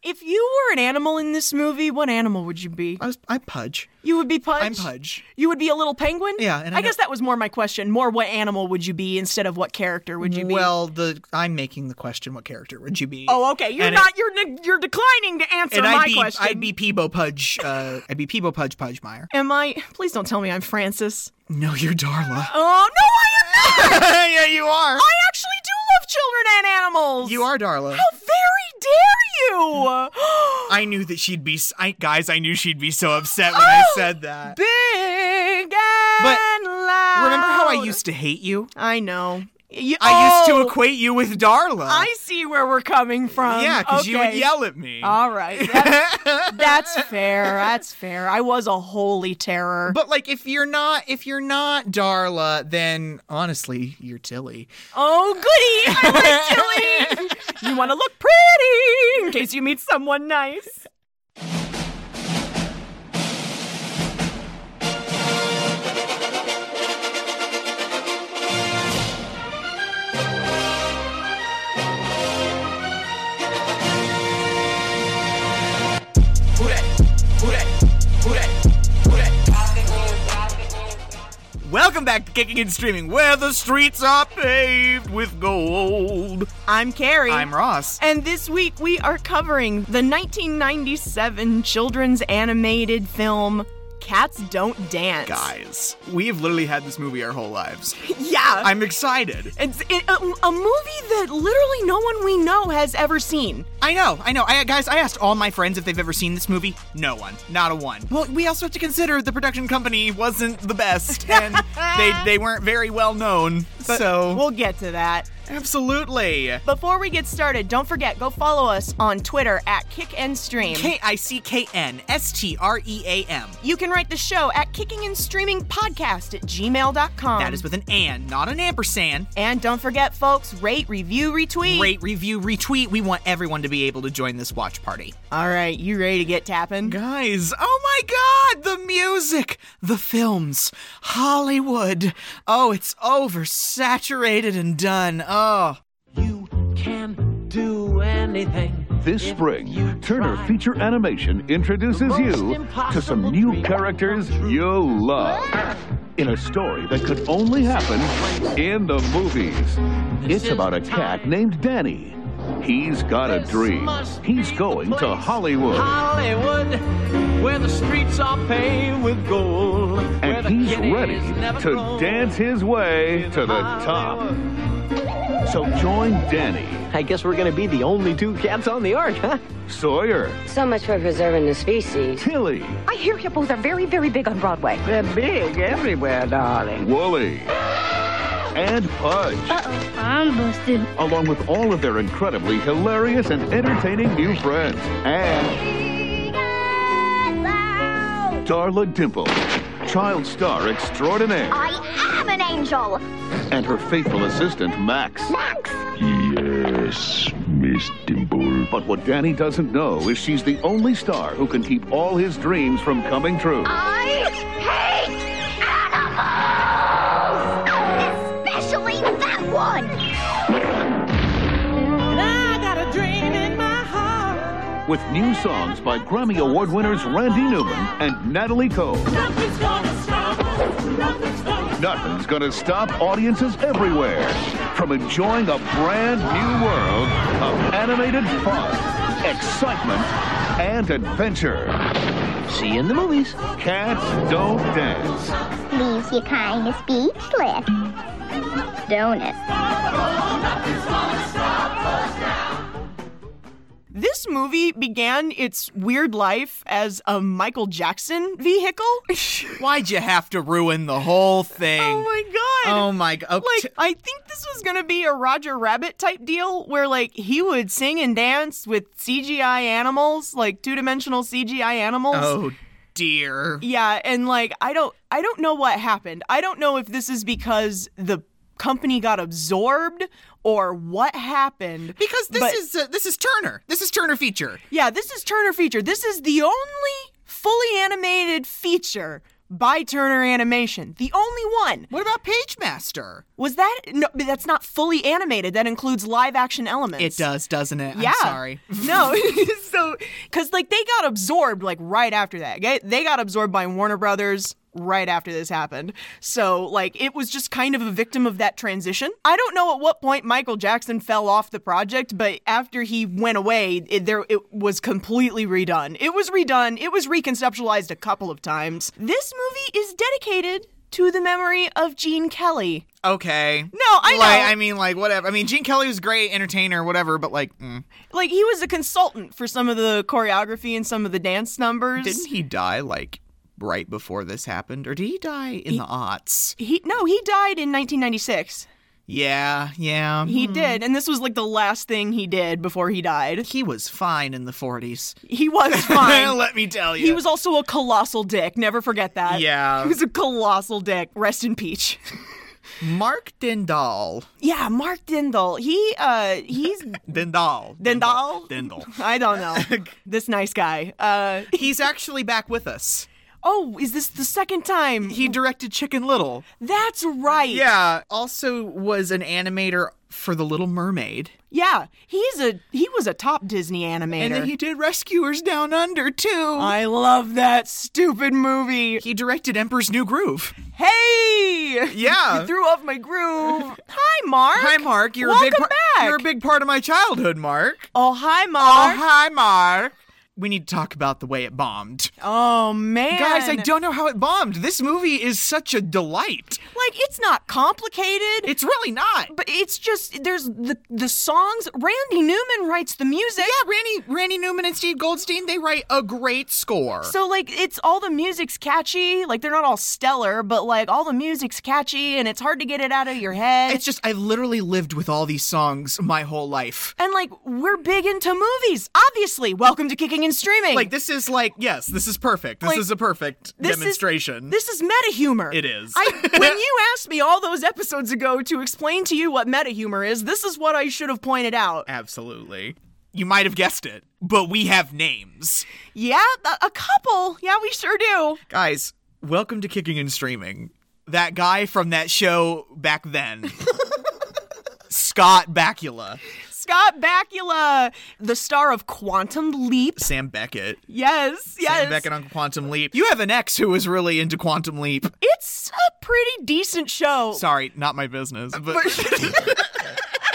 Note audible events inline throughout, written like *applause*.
If you were an animal in this movie, what animal would you be? I was, I'm Pudge. You would be Pudge. I'm Pudge. You would be a little penguin. Yeah, and I I, guess that was more my question. More, what animal would you be instead of what character would you be? Well, the I'm making the question: What character would you be? oh, okay. You're and it- not. you're ne- you're declining to answer and my I'd be question. I'd be Peebo Pudge. Uh, I'd be Peebo Pudge Pudgemeyer. Am I? Please don't tell me I'm Francis. No, you're Darla. Oh no, I am not. *laughs* yeah, you are. I actually do love children and animals. You are Darla. How very *gasps* dare you? I knew that she'd be. s I guys, I knew she'd be so upset when I Oh, said that. Big and But loud. Remember how I used to hate you? I know. You, I used oh, to equate you with Darla. I see where we're coming from. yeah, because you would Okay. Uh, yell at me. All right. *laughs* That- that's fair. That's fair. I was a holy terror. but like, if you're not, if you're not Darla, then honestly, you're Tilly. oh, goody. I *laughs* like Tilly. you want to look pretty in case you meet someone nice. Welcome back to Kicking and Streaming, where the streets are paved with gold. I'm Carrie. I'm Ross. And this week we are covering the 1997 children's animated film Cats Don't Dance. Guys, we've literally had this movie our *laughs* whole lives. Yeah. I'm excited. it's it, a, a movie that literally no one we know has ever seen. I know, I know. I, guys, I asked all my friends if they've ever seen this movie. No one. Not a one. Well, we also have to consider the production company wasn't the best, *laughs* and they, they weren't very well known. But so. we'll get to that. absolutely. Before we get started, don't forget go follow us on Twitter at Kick and Stream. K I C K N S T R E A M. you can write the show at kicking and streaming podcast at gmail.com. That is with an and, not an ampersand. and don't forget, folks, rate, review, retweet. Rate, review, retweet. We want everyone to be able to join this watch party. All right, you ready to get tapping? Guys, oh my god, the music, the films, Hollywood. Oh, it's oversaturated and done. Oh. You can do anything. This if you spring, Turner try. Feature Animation introduces The most you to some impossible new dream characters come true. you'll love. In a story that could only happen in the movies. This It's is about a the cat time. named Danny. He's got a This dream. must He's be the going to place. Hollywood. Hollywood, where the streets are paved with gold. where And the he's kiddies ready never to grow. dance his way to the top. Hollywood. So join Danny, I guess we're gonna be the only two cats on the ark, huh? Sawyer, So much for preserving the species. Tilly, I hear hippos are very, very big on Broadway. They're big everywhere, darling. Wooly, and Pudge. I'm busted. along with all of their incredibly hilarious and entertaining new friends. And Darla Dimple, child star extraordinaire, I am an angel. and her faithful assistant, Max. Max. Yes, Miss Dimple. But what Danny doesn't know is she's the only star who can keep all his dreams from coming true. I hate animals, especially that one. With new songs by Grammy Award winners Randy Newman and Natalie Cole. Nothing's gonna stop us. Nothing's gonna Nothing's gonna stop audiences everywhere from enjoying a brand new world of animated fun, excitement, and adventure. See you in the movies. Cats don't dance. Leaves you kind of speechless. Don't it? This movie began its weird life as a Michael Jackson *laughs* vehicle. Why'd you have to ruin the whole thing? oh my god. Oh my god. like I think this was gonna be a Roger Rabbit type deal where like he would sing and dance with CGI animals, like two dimensional CGI animals. oh dear. Yeah, and like I don't I don't know what happened. I don't know if this is because the company got absorbed or what happened. Because this But- is uh, this is Turner. This is Turner feature. Yeah, this is Turner feature. This is the only fully animated feature by Turner Animation. The only one. What about Pagemaster? Was that? No, but that's not fully animated. That includes live action elements. It does, doesn't it? Yeah. I'm sorry. *laughs* no. *laughs* so, because like they got absorbed like right after that. They- They got absorbed by Warner Brothers right after this happened. So like it was just kind of a victim of that transition. I don't know at what point Michael Jackson fell off the project, but after he went away, it, there it was completely redone. It was redone. It was reconceptualized a couple of times. This movie is dedicated to the memory of Gene Kelly. Okay. No, I know. Like, I mean, like, whatever. I mean, Gene Kelly was great, entertainer, whatever, but like, mm. like he was a consultant for some of the choreography and some of the dance numbers. didn't he die like right before this happened, or did he die in the aughts? He no, he died in 1996. Yeah, yeah. He did, and this was like the last thing he did before he died. He was fine in the forties. *laughs* He was fine. Let me tell you, He was also a colossal dick. Never forget that. *laughs* Yeah. He was a colossal dick. Rest in peace. *laughs* Mark Dindal. Yeah, Mark Dindal. He uh he's Dindal. Dindal? Dindal. I don't *laughs* know. this nice guy. Uh He's actually back with us. oh, is this the second time? He directed Chicken Little. That's right. Yeah. Also was an animator for The Little Mermaid. Yeah. He's a he was a top Disney animator. And then he did Rescuers Down Under too. I love that stupid movie. he directed Emperor's New Groove. Hey! Yeah. You threw off my groove. Hi, Mark. Hi, Mark. You're a big Welcome par- back. You're a big part of my childhood, Mark. Oh, hi, Oh, Mark. hi, Mark. We need to talk about the way it bombed. Oh, man. Guys, I don't know how it bombed. This movie is such a delight. Like, it's not complicated. It's really not. but it's just there's the the songs. Randy Newman writes the music. yeah, Randy Randy Newman and Steve Goldstein, they write a great score. So like it's all the music's catchy. Like they're not all stellar, but like all the music's catchy and it's hard to get it out of your head. it's just I literally lived with all these songs my whole life. and like we're big into movies, obviously. Welcome to Kicking and Streaming. Like this is like yes, this is perfect. This Like, is a perfect this is- demonstration. This is meta humor. It is. *laughs* I, when you asked me all those episodes ago to explain to you what meta humor is, this is what I should have pointed out. Absolutely. You might have guessed it, but we have names. Yeah, a, a couple. Yeah, we sure do. Guys, welcome to Kicking and Streaming. That guy from that show *laughs* back then. Scott Bakula, Scott Bakula, the star of Quantum Leap. Sam Beckett, Yes, yes. Sam Beckett on Quantum Leap. You have an ex who was really into Quantum Leap. It's a pretty decent show. Sorry, not my business. But *laughs*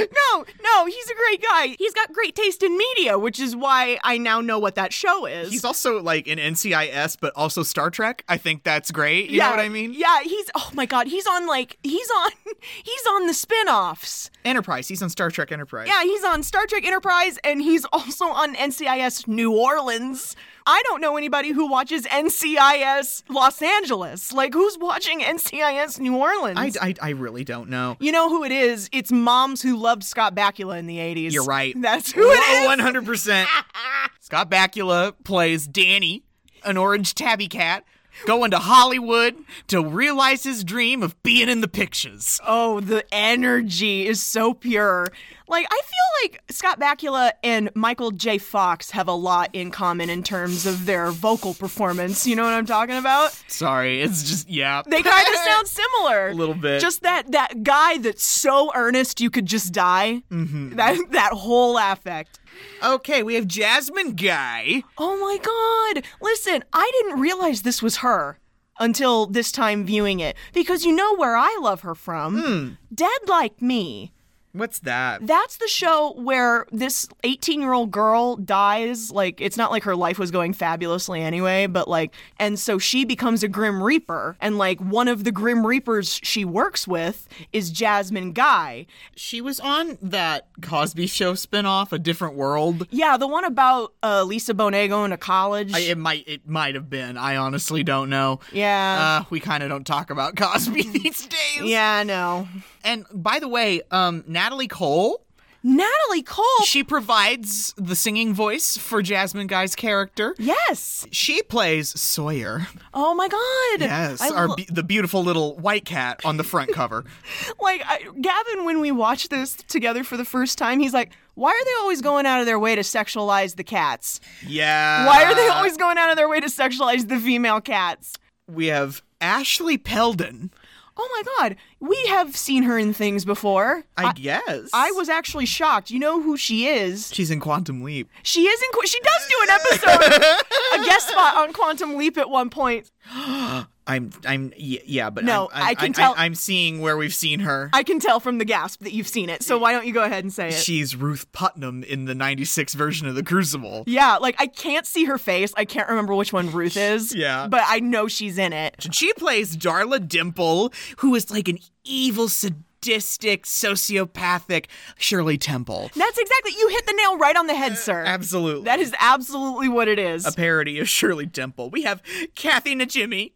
No, no, he's a great guy. He's got great taste in media, which is why I now know what that show is. he's also like in NCIS, but also Star Trek. I think that's great. You know what I mean? Yeah, he's oh my god, he's on like he's on *laughs* he's on the spin-offs. Enterprise. He's on Star Trek Enterprise. Yeah, he's on Star Trek Enterprise and he's also on NCIS New Orleans. I don't know anybody who watches NCIS Los Angeles. Like, who's watching NCIS New Orleans? I, I, I really don't know. you know who it is? It's moms who loved Scott Bakula in the 80s. You're right. That's who it is. One hundred percent. Scott Bakula plays Danny, an orange tabby cat, going to Hollywood to realize his dream of being in the pictures. Oh, the energy is so pure. Like, I feel like Scott Bakula and Michael J. Fox have a lot in common in terms of their vocal performance. You know what I'm talking about? Sorry, it's just yeah. They kind *laughs* of sound similar. A little bit. Just that that guy that's so earnest you could just die. Mm-hmm. That that whole affect. okay. We have Jasmine Guy. Oh my god. Listen, I didn't realize this was her until this time viewing it because you know where I love her from? Dead Like Me. What's that? That's the show where this 18 year old girl dies. Like, it's not like her life was going fabulously anyway, but like, and so she becomes a Grim Reaper. And like, one of the Grim Reapers she works with is Jasmine Guy. She was on that Cosby Show spinoff, A Different World. Yeah, the one about uh, Lisa Bonet going to college. I, it might it might have been. I honestly don't know. yeah. Uh, we kind of don't talk about Cosby *laughs* these days. yeah, no. And by the way, um, Natalie Cole Natalie Cole. *laughs* She provides the singing voice for Jasmine Guy's character. yes. She plays Sawyer. Oh my God. Yes, I our lo- be- the beautiful little white cat on the front cover. like I, Gavin, when we watched this together for the first time, he's like, why are they always going out of their way to sexualize the cats? Yeah. Why are they always going out of their way to sexualize the female cats? We have Ashley Peldon. Oh my god, we have seen her in things before. I, guess. I was actually shocked. You know who she is? She's in Quantum Leap. She is in. Qu- She does do an episode, a guest spot on Quantum Leap at one point. I'm. I'm. y- Yeah, but No, I'm, I'm- I can I- tell- I, am seeing where we've seen her. I can tell from the gasp that you've seen it. So why don't you go ahead and say it? She's Ruth Putnam in the '96 version of The Crucible. yeah, like I can't see her face. I can't remember which one Ruth is. Yeah. but I know she's in it. She plays Darla Dimple, who is like an evil, sadistic, sociopathic Shirley Temple. That's exactly. You hit the nail right on the head, sir. Absolutely. That is absolutely what it is. Uh, a parody of Shirley Temple. We have Kathy Najimy.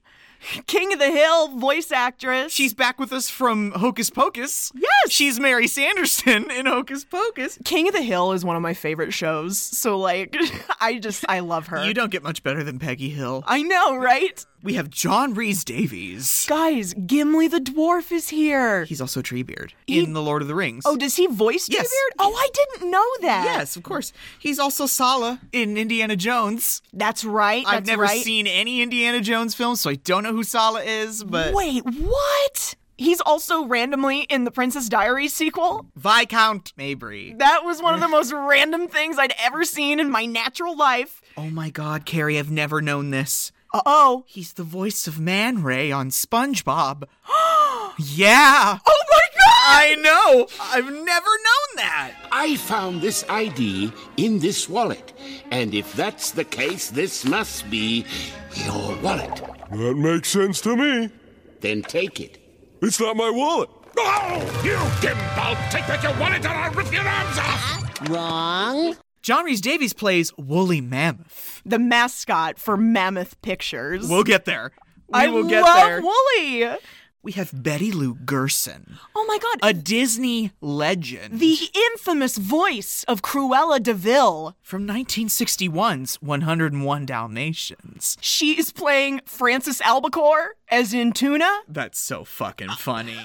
King of the Hill voice actress. She's back with us from Hocus Pocus. Yes! She's Mary Sanderson in Hocus Pocus. King of the Hill is one of my favorite shows. So like, *laughs* I just I love her. You don't get much better than Peggy Hill. I know, right? We have John Reese Davies. Guys, Gimli the dwarf is here. He's also Treebeard He- in The Lord of the Rings. Oh, does he voice Yes. Treebeard? Oh, I didn't know that. yes, of course. He's also Sala in Indiana Jones. That's right. I've that's never right. seen any Indiana Jones film, so I don't know who Sala is, but Wait, what? He's also randomly in the Princess Diaries sequel. Viscount Mabry. That was one of the *laughs* most random things I'd ever seen in my natural life. Oh my god, Carrie, I've never known this. Uh oh. He's the voice of Man Ray *gasps* on SpongeBob. yeah. Oh my god! I know. I've never known that. I found this ID in this wallet. And if that's the case, this must be your wallet. That makes sense to me. Then take it. It's not my wallet. Oh, you gimbal! Take back your wallet and I'll rip your arms off! John Reese Davies plays Woolly Mammoth. The mascot for Mammoth Pictures. We'll get there. We I will get love there. Wooly. we have Betty Lou Gerson, Oh my god. a Disney legend the infamous voice of Cruella DeVille. from 1961's 101 Dalmatians. She is playing Frances Albacore as in Tuna. *laughs* I That's so fucking funny. love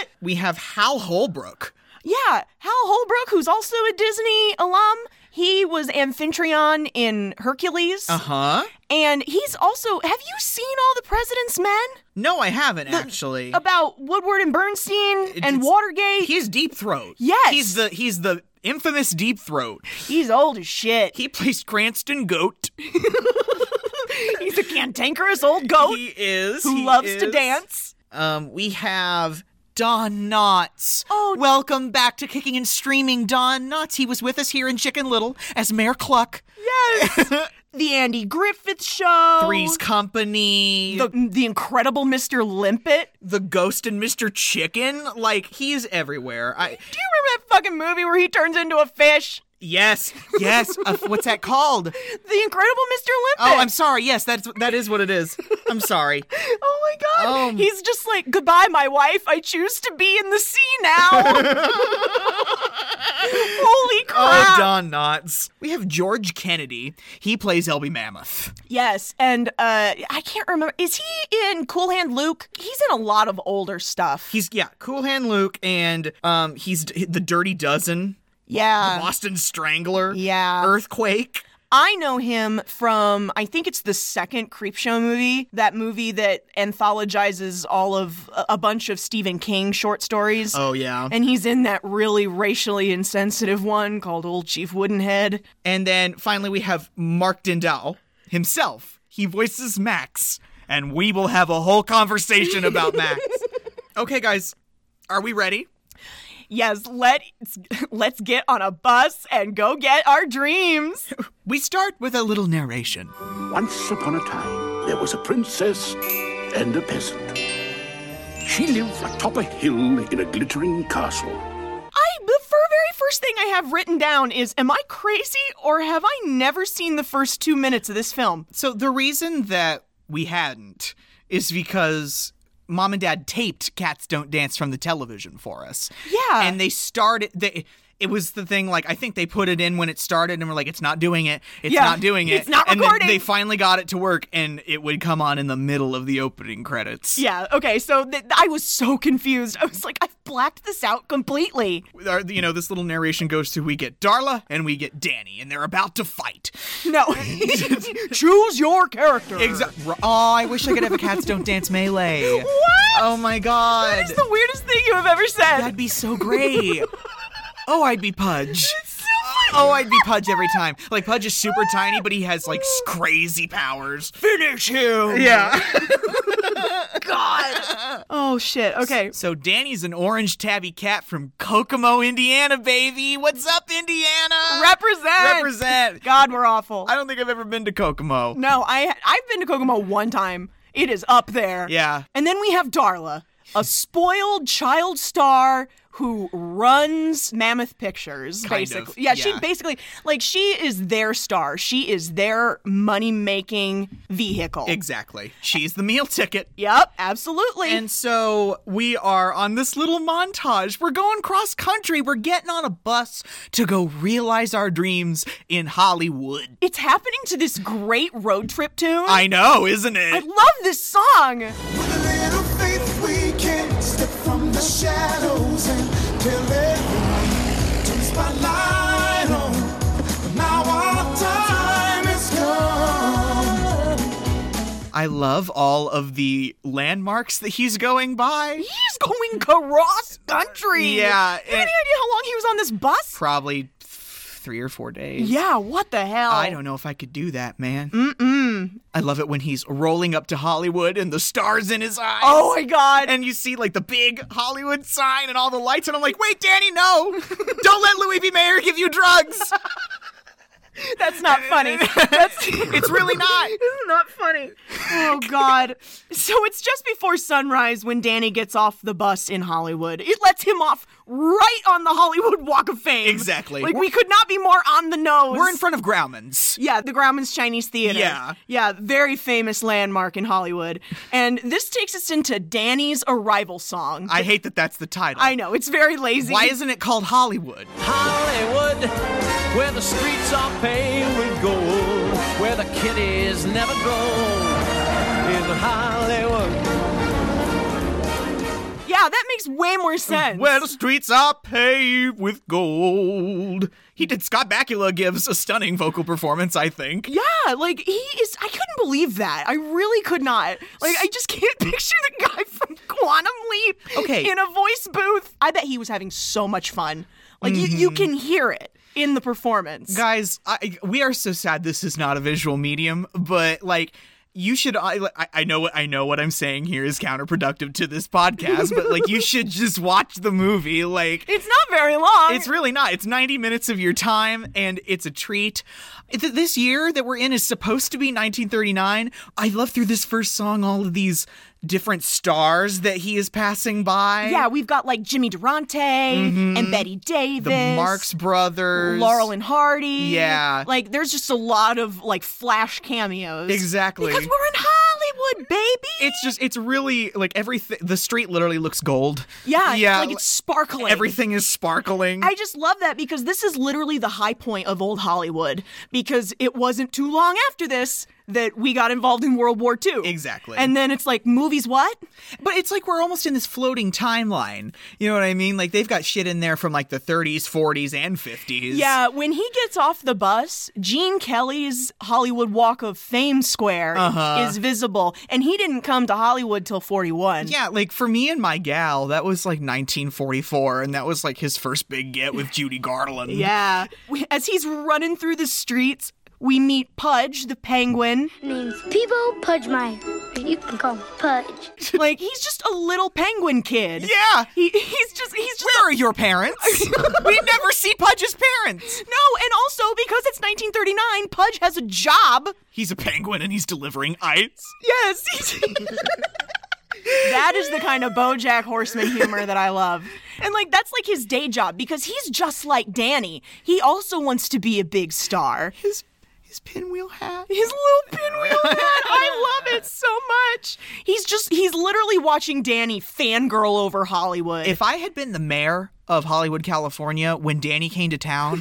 it. Uh, *laughs* we have Hal Holbrook. Yeah, Hal Holbrook, who's also a Disney alum, he was Amphitryon in Hercules, Huh? and he's also. Have you seen all the President's Men No, I haven't actually. about Woodward and Bernstein and it's- Watergate? He's Deep Throat. Yes. He's the he's the infamous Deep Throat. he's old as shit. He plays Cranston Goat. *laughs* he's a cantankerous old goat He is. Oh, who he loves to is. dance. Um, we have Don Knotts. Oh. welcome back to Kicking and Streaming, Don Knotts. He was with us here in Chicken Little as Mayor Cluck. Yes, the Andy Griffith Show, Three's Company, the the, the Incredible Mr. Limpet. Ghost and Mr. Chicken. Like he is everywhere. I Do you remember that fucking movie where he turns into a fish? yes, yes. Uh, what's that *laughs* called? The Incredible Mr. Limpet. Oh, I'm sorry. Yes, that's that is what it is. I'm sorry. Oh my god. Um, He's just like, goodbye, my wife. I choose to be in the sea *laughs* now. Holy crap. *laughs* Oh, Don Knotts. We have George Kennedy. He plays LB Mammoth. Yes. And uh, I can't remember. Is he in Cool Hand Luke? He's in a lot of older stuff. He's yeah, Cool Hand Luke, and um, he's d- the Dirty Dozen. yeah. Boston Strangler. Yeah. Earthquake. I know him from, I think it's the second Creepshow movie, that movie that anthologizes all of a- a bunch of Stephen King short stories. Oh yeah. And he's in that really racially insensitive one called Old Chief Woodenhead. And then finally we have Mark Dindal himself. He voices Max, and we will have a whole conversation about *laughs* Max. okay, guys, are we ready? Yes, let let's get on a bus and go get our dreams. We start with a little narration. Once upon a time, there was a princess and a peasant. She lived atop a hill in a glittering castle. I the fir- very first thing I have written down is am I crazy or have I never seen the first 2 minutes of this film? So the reason that we hadn't is because mom and dad taped "Cats Don't Dance" from the television for us. Yeah. and they started they. it was the thing like I think they put it in when it started and were like it's not doing it, it's Yeah, not doing it, it's not and then recording. they finally got it to work and it would come on in the middle of the opening credits. Yeah, okay, so th- I was so confused. I was like, I've blacked this out completely. Our- you know, this little narration goes to we get Darla and we get Danny and they're about to fight. No. *laughs* Choose your character. Exactly. Oh, I wish I could have a cats don't dance melee. *laughs* What? Oh my god. That is the weirdest thing you have ever said. That'd be so *laughs* great. oh, I'd be Pudge. Oh, I'd be Pudge every time. Like Pudge is super tiny, but he has like s- crazy powers. Finish him. Yeah. oh, shit, okay. So Danny's an orange tabby cat from Kokomo, Indiana, baby. What's up, Indiana? Represent! Represent. God, we're awful. *laughs* I don't think I've ever been to Kokomo. No, I I've been to Kokomo one time. It is up there. Yeah. And then we have Darla, a spoiled child star who runs Mammoth Pictures Kind of, basically. Yeah, yeah. she basically like she is their star. She is their money-making vehicle. Exactly. She's the meal ticket. Yep, absolutely. And so we are on this little montage. We're going cross country. We're getting on a bus to go realize our dreams in Hollywood. it's happening to this great road trip tune. I know, isn't it? I love this song. I love all of the landmarks that he's going by. He's going cross country. Yeah, You have any it- idea how long he was on this bus? Probably th- three or four days. Yeah, what the hell? I don't know if I could do that, man. Mm-mm. I love it when he's rolling up to Hollywood and the stars in his eyes. Oh my god. and you see like the big Hollywood sign and all the lights, and I'm like, wait, Danny, no! *laughs* Don't let Louis B. Mayer give you drugs. That's not *laughs* funny. That's It's *laughs* really not. not funny. Oh god. So it's just before sunrise when Danny gets off the bus in Hollywood. It lets him off right on the Hollywood Walk of Fame. Exactly. Like we could not be more on the nose. We're in front of Grauman's. Yeah, the Grauman's Chinese Theater. Yeah. Yeah, very famous landmark in Hollywood. And this takes us into Danny's arrival song. I hate that that's the title. I know, it's very lazy. Why isn't it called Hollywood? Hollywood, where the streets are paved with gold, where the kiddies never grow. In Hollywood, yeah, that makes way more sense. Where the streets are paved with gold. He did. Scott Bakula gives a stunning vocal performance, I think. Yeah, like he is. I couldn't believe that. I really could not. Like, I just can't *laughs* picture the guy from Quantum Leap. Okay. In a voice booth. I bet he was having so much fun. Like, you, Mm-hmm. you can hear it in the performance. Guys, I, we are so sad this is not a visual medium, but like. You should. I, I- I know. what I know what I'm saying here is counterproductive to this podcast, but like, *laughs* you should just watch the movie. Like, It's not very long. It's really not. It's 90 minutes of your time, and it's a treat. Th- This year that we're in is supposed to be 1939. I love through this first song all of these different stars that he is passing by. yeah, we've got like Jimmy Durante and Betty Davis. Mm-hmm. the Marx Brothers, Laurel and Hardy. Yeah. Like, there's just a lot of like flash cameos. Exactly. Because we're in Hollywood, baby. It's just, it's really like everything. The street literally looks gold. yeah, yeah. Like, it's sparkling. everything is sparkling. I just love that because this is literally the high point of old Hollywood because it wasn't too long after this that we got involved in World War II. Exactly. And then it's like, movies what? But it's like we're almost in this floating timeline. You know what I mean? Like they've got shit in there from like the 30s, 40s, and 50s. Yeah, when he gets off the bus, Gene Kelly's Hollywood Walk of Fame Square Uh-huh. is visible. And he didn't come to Hollywood till 41. Yeah, like for me and my gal, that was like 1944, and that was like his first big get with Judy Garland. Yeah. As he's running through the streets, we meet Pudge, the penguin. *laughs* Name's Peebo Pudgemeyer. You can call me Pudge. like, he's just a little penguin kid. Yeah. He, he's just, he's just Where are your parents? *laughs* we never see Pudge's parents. No, and also because it's 1939, Pudge has a job. He's a penguin and he's delivering ice. Yes. *laughs* that is the kind of Bojack Horseman humor that I love. And like that's like his day job because he's just like Danny. He also wants to be a big star. His his pinwheel hat. His little pinwheel hat. I love it so much. He's just, he's literally watching Danny fangirl over Hollywood. If I had been the mayor of Hollywood, California, when Danny came to *laughs* town,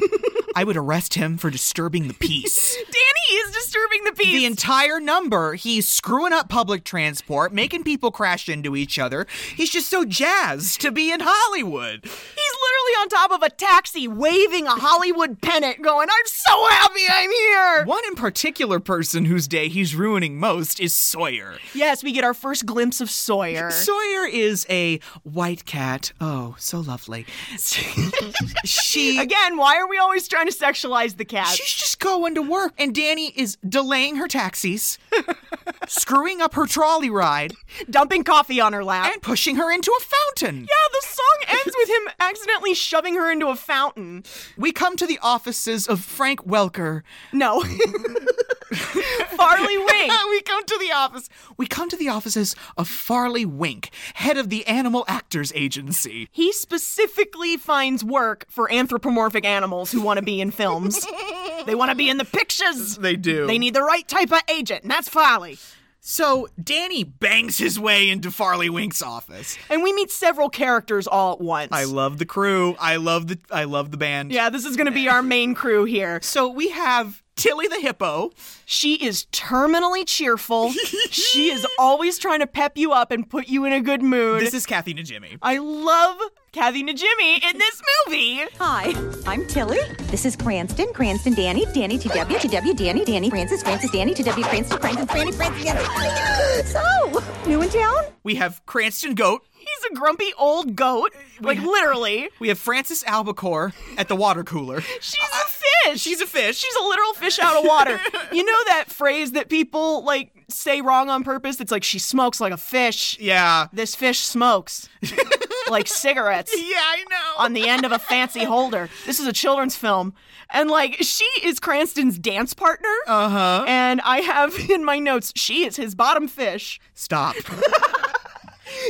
I would arrest him for disturbing the *laughs* peace. Danny is disturbing the peace. the entire number. He's screwing up public transport, making people crash into each other. He's just so jazzed to be in Hollywood. He's literally on top of a taxi waving a Hollywood pennant going, I'm so happy I'm here. One in particular person whose day he's ruining most is Sawyer. Yes, we get our first glimpse of Sawyer. Sawyer is a white cat. Oh, so lovely. *laughs* she Again, why are we always trying to sexualize the cat? She's just going to work. And Danny is delaying her *laughs* taxis, screwing up her trolley ride, dumping coffee on her lap. and pushing her into a fountain. yeah, the song ends with him accidentally shoving her into a fountain. We come to the offices of Frank Welker. No. *laughs* Farley Wing. *laughs* we come to the office. We come to the offices of Farley Wink, head of the Animal Actors Agency. He specifically finds work for anthropomorphic animals who want to be in films. they want to be in the pictures. They do. They need the right type of agent, and that's Farley. So Danny bangs his way into Farley Wink's office. And we meet several characters all at once. I love the crew. I love the I love the band. yeah, this is going to be our main crew here. So we have Tilly the hippo. She is terminally *laughs* cheerful. she is always trying to pep you up and put you in a good mood. This is Kathy and Jimmy. I love Kathy Najimy in this movie. Hi, I'm Tilly. This is Cranston, Cranston, Danny, Danny, TW, TW, Danny, Danny, Francis, Francis, Danny, TW, Cranston, Cranston, Franny, Francis, Danny. So, new in town? We have Cranston Goat. He's a grumpy old goat, like literally. We have Francis Albacore at the water cooler. She's a fish. uh, She's a fish. She's a literal fish out of *laughs* water. you know that phrase that people like say wrong on purpose? It's like she smokes like a fish. yeah. This fish smokes *laughs* like cigarettes. Yeah, I know. on the end of a fancy holder. This is a children's film. And like she is Cranston's dance partner. Uh-huh. And I have *laughs* in my notes, she is his bottom fish. Stop.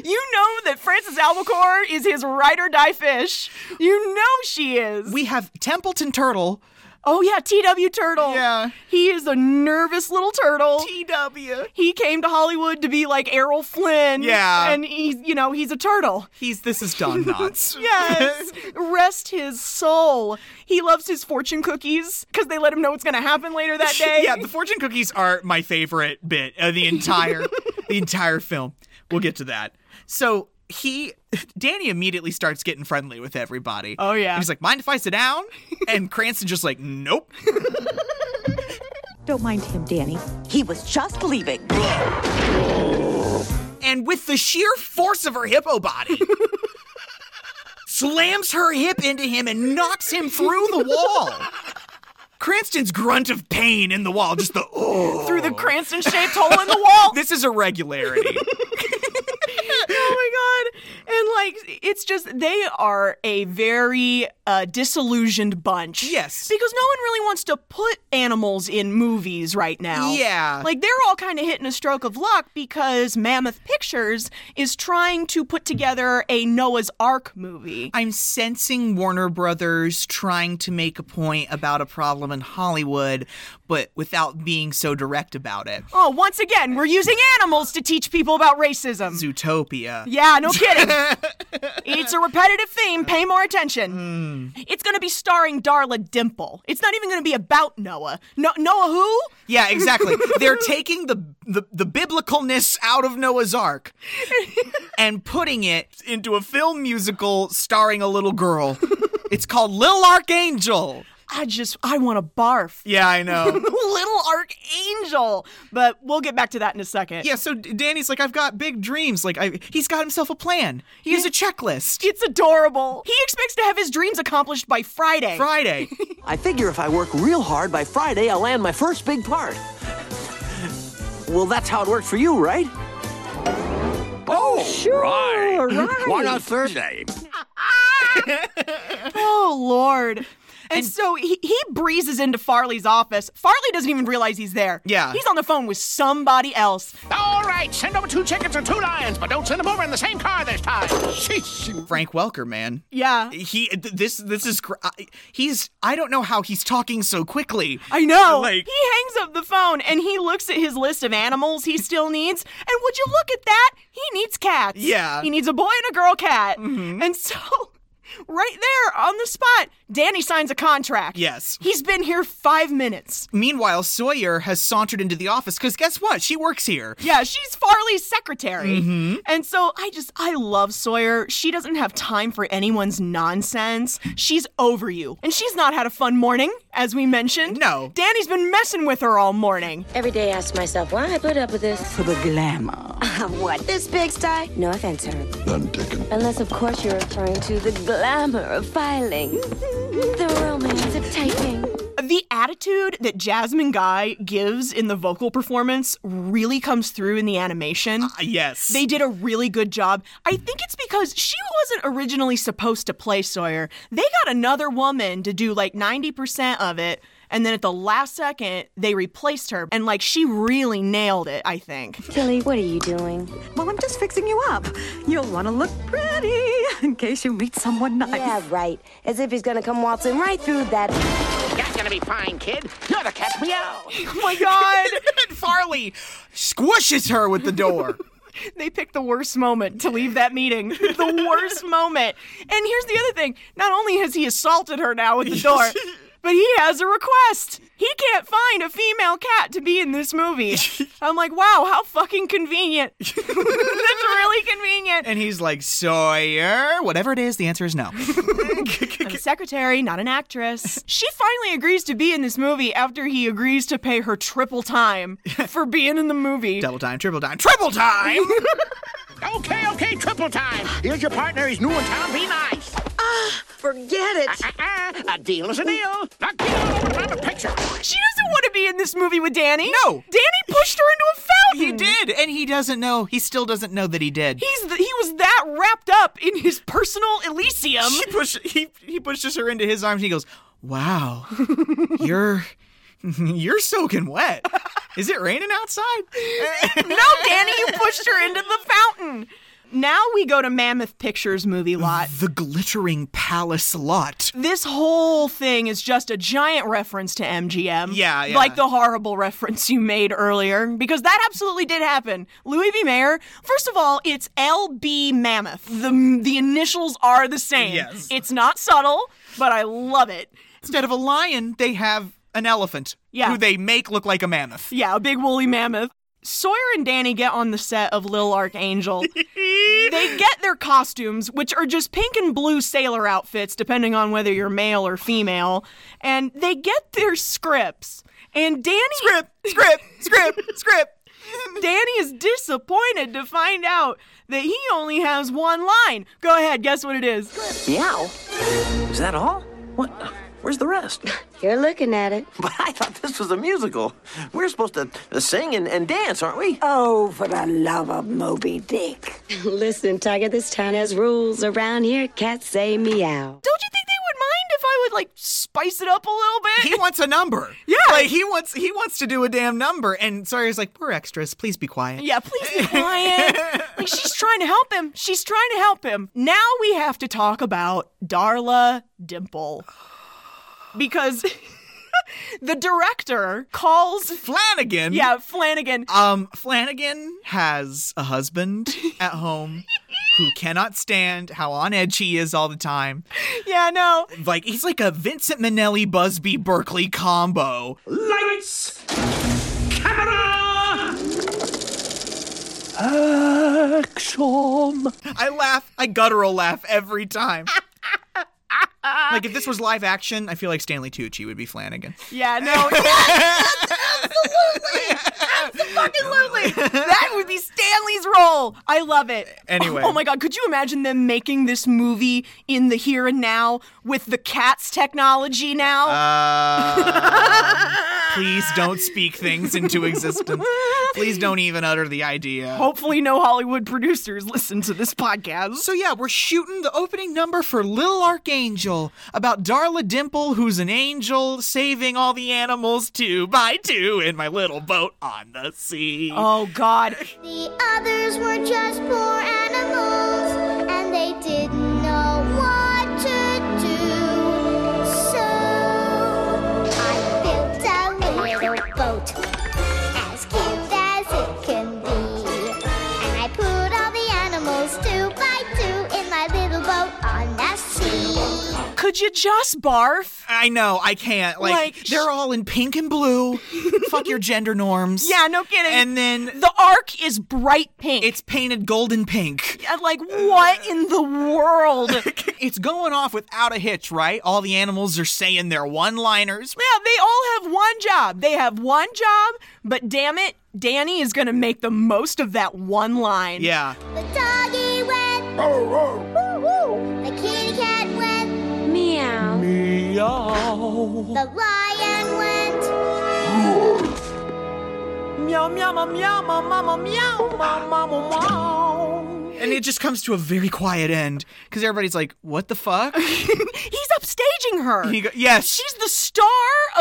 You know that Frances Albacore is his ride or die fish. You know she is. we have Templeton Turtle. oh yeah, TW Turtle. Yeah. He is a nervous little turtle. TW. he came to Hollywood to be like Errol Flynn. Yeah. And he's, you know, he's a turtle. He's this is Don Knotts. Yes. Rest his soul. He loves his fortune cookies because they let him know what's going to happen later that day. yeah, the fortune cookies are my favorite bit of the entire the entire film. We'll get to that. So he Danny immediately starts getting friendly with everybody. Oh, yeah. He's like, mind if I sit down? And Cranston just like, nope. Don't mind him, Danny. He was just leaving. And with the sheer force of her hippo body, slams her hip into him and knocks him through the wall. Cranston's grunt of pain in the wall, just the oh. Through the Cranston shaped hole in the *laughs* wall. This is a regularity. oh my God. And like, it's just, they are a very uh, disillusioned bunch. Yes. Because no one really wants to put animals in movies right now. Yeah. Like, they're all kind of hitting a stroke of luck because Mammoth Pictures is trying to put together a Noah's Ark movie. I'm sensing Warner Brothers trying to make a point about a problem in Hollywood, but without being so direct about it. Oh, once again, we're using animals to teach people about racism. Zootopia. Yeah, no kidding. it's a repetitive theme. Pay more attention. It's going to be starring Darla Dimple. It's not even going to be about Noah. No- Noah who? Yeah, exactly. They're taking the, the the biblicalness out of Noah's Ark and putting it into a film musical starring a little girl. It's called Lil Archangel. I just, I want to barf. *laughs* Yeah, I know. Little Archangel. But we'll get back to that in a second. Yeah, so Danny's like, I've got big dreams. Like, I, he's got himself a plan. He has a checklist. It's adorable. He expects to have his dreams accomplished by Friday. Friday. I figure if I work real hard by Friday, I'll land my first big part. Well, that's how it worked for you, right? Oh, sure, right. Why not Thursday? oh, Lord. And, so he, he breezes into Farley's office. Farley doesn't even realize he's there. Yeah. He's on the phone with somebody else. All right, send over two chickens and two lions, but don't send them over in the same car this time. Sheesh. Frank Welker, man. Yeah. He th- this this is gr- I- he's I don't know how he's talking so quickly. I know. Like he hangs up the phone and he looks at his list of animals he still needs. And would you look at that? He needs cats. Yeah. Mm-hmm. He needs a boy and a girl cat. And so, *laughs* right there on the spot, Danny signs a contract. Yes. He's been here five minutes. meanwhile Sawyer has sauntered into the office cuz guess what? She works here. Yeah, she's Farley's secretary. And so I just, I love Sawyer. She doesn't have time for anyone's nonsense. She's over you. And she's not had a fun morning, as we mentioned. No. Danny's been messing with her all morning. Every day I ask myself why I put up with this. For the glamour. *laughs* what, this pigsty? No offense, Herb. None taken. Unless, of course, you're referring to the glamour of filing, the romance of typing. The attitude that Jasmine Guy gives in the vocal performance really comes through in the animation. Uh, yes. They did a really good job. I think it's because she wasn't originally supposed to play Sawyer. They got another woman to do like 90% of it. And then at the last second, they replaced her. And like, she really nailed it, I think. *laughs* Tilly, what are you doing? Well, I'm just fixing you up. You'll want to look pretty in case you meet someone nice. Yeah, right. As if he's gonna come waltzing right through that. That's gonna be fine, kid. You're the cat's meow. Oh my God. *laughs* and Farley squishes her with the door. they picked the worst moment to leave that *laughs* meeting. The worst moment. And here's the other thing not only has he assaulted her now with the door, *laughs* but he has a request. He can't find a female cat to be in this *laughs* movie. I'm like, wow, how fucking convenient. That's really convenient. and he's like, "Sawyer, whatever it is, the answer is no." I'm a secretary, not an *laughs* actress. She finally agrees to be in this movie after he agrees to pay her triple *laughs* time for being in the movie. Double time, triple time, triple time. Okay, okay, triple time. Here's your partner. He's new in town. Be nice. Ah, Forget it. Uh-uh. A deal is a deal. Knock me all over the mama picture. She doesn't want to be in this movie with Danny. No. Danny pushed her into a fountain. he did, and he doesn't know. He still doesn't know that he did. He's the, he was that wrapped up in his personal *laughs* Elysium. She pushed he he pushes her into his arms. And he goes, *laughs* "Wow, you're you're soaking wet. Is it raining outside?" no, Danny, you pushed her into the fountain. Now we go to Mammoth Pictures movie *laughs* lot. the glittering palace lot. This whole thing is just a giant reference to MGM. Yeah, yeah. Like the horrible reference you made earlier, because that absolutely did happen. Louis V. Mayer, first of all, it's LB Mammoth. The, the initials are the same. Yes. It's not subtle, but I love it. Instead of a lion, they have an elephant. Yeah. Who they make look like a mammoth. Yeah, a big woolly mammoth. Sawyer and Danny get on the set of Lil *laughs* Archangel. they get their costumes, which are just pink and blue sailor outfits, depending on whether you're male or female, and they get their scripts. And Danny script, script, script, *laughs* script. Danny is disappointed to find out that he only has one line. Go ahead, guess what it is. Meow? Is that all? What? Where's the *laughs* rest? You're looking at it. *laughs* But I thought this was a musical. We're supposed to uh, sing and, and dance, aren't we? Uh, Oh, for the love of Moby Dick. Listen, Tiger, this town has rules. Around here, cats say meow. Don't you think they would mind if I would like spice it up a little bit? He wants a number. Yeah. Like he wants he wants to do a damn number. And Sawyer's like, we're extras. Please be quiet. Yeah, please be quiet. like she's trying to help him. She's trying to help him. Now we have to talk about Darla Dimple. Because *laughs* the director calls Flanagan. yeah, Flanagan. Um, Flanagan has a husband at home who cannot stand how on edge he is all the time. Yeah, no. Like he's like a Vincent Minnelli Busby Berkeley combo. Lights. Camera. I laugh, I guttural laugh *laughs* every time. like if this was live action, I feel like Stanley Tucci would be Flanagan. Yeah, no. Yes, absolutely. Absolutely. That would be Stanley's role. I love it. Anyway. Oh my god, could you imagine them making this movie in the here and now with the cat's technology now? Um, Please don't speak things into existence. Please don't even utter the idea. Hopefully, no Hollywood producers listen to this podcast. So, yeah, we're shooting the opening number for Little Archangel about Darla Dimple, who's an angel saving all the animals two by two in my little boat on the sea. Oh, God. The others were just poor animals, and they didn't know what to do. So I built a little boat, as cute as it can be. And I put all the animals two by two in my little boat on the sea. Could you just barf? I know, I can't. Like, Like, sh- they're all in pink *laughs* and blue. Fuck your gender norms. Yeah, no kidding. And then the arc is bright pink. It's painted golden pink. I'm uh, like, what in the world? it's going off without a hitch, right? All the animals are saying their one liners. *laughs* Yeah, they all have one job. They have one job, but damn it, Danny is going to make the most of that one line. Yeah. The doggy went. The kitty cat went. Meow. Meow. The lion went. Meow, meow, meow, meow, meow, meow, meow, meow, meow, meow. And it just comes to a very quiet end because everybody's like, what *laughs* the fuck? *laughs* He's upstaging her. He go- yes. She's the star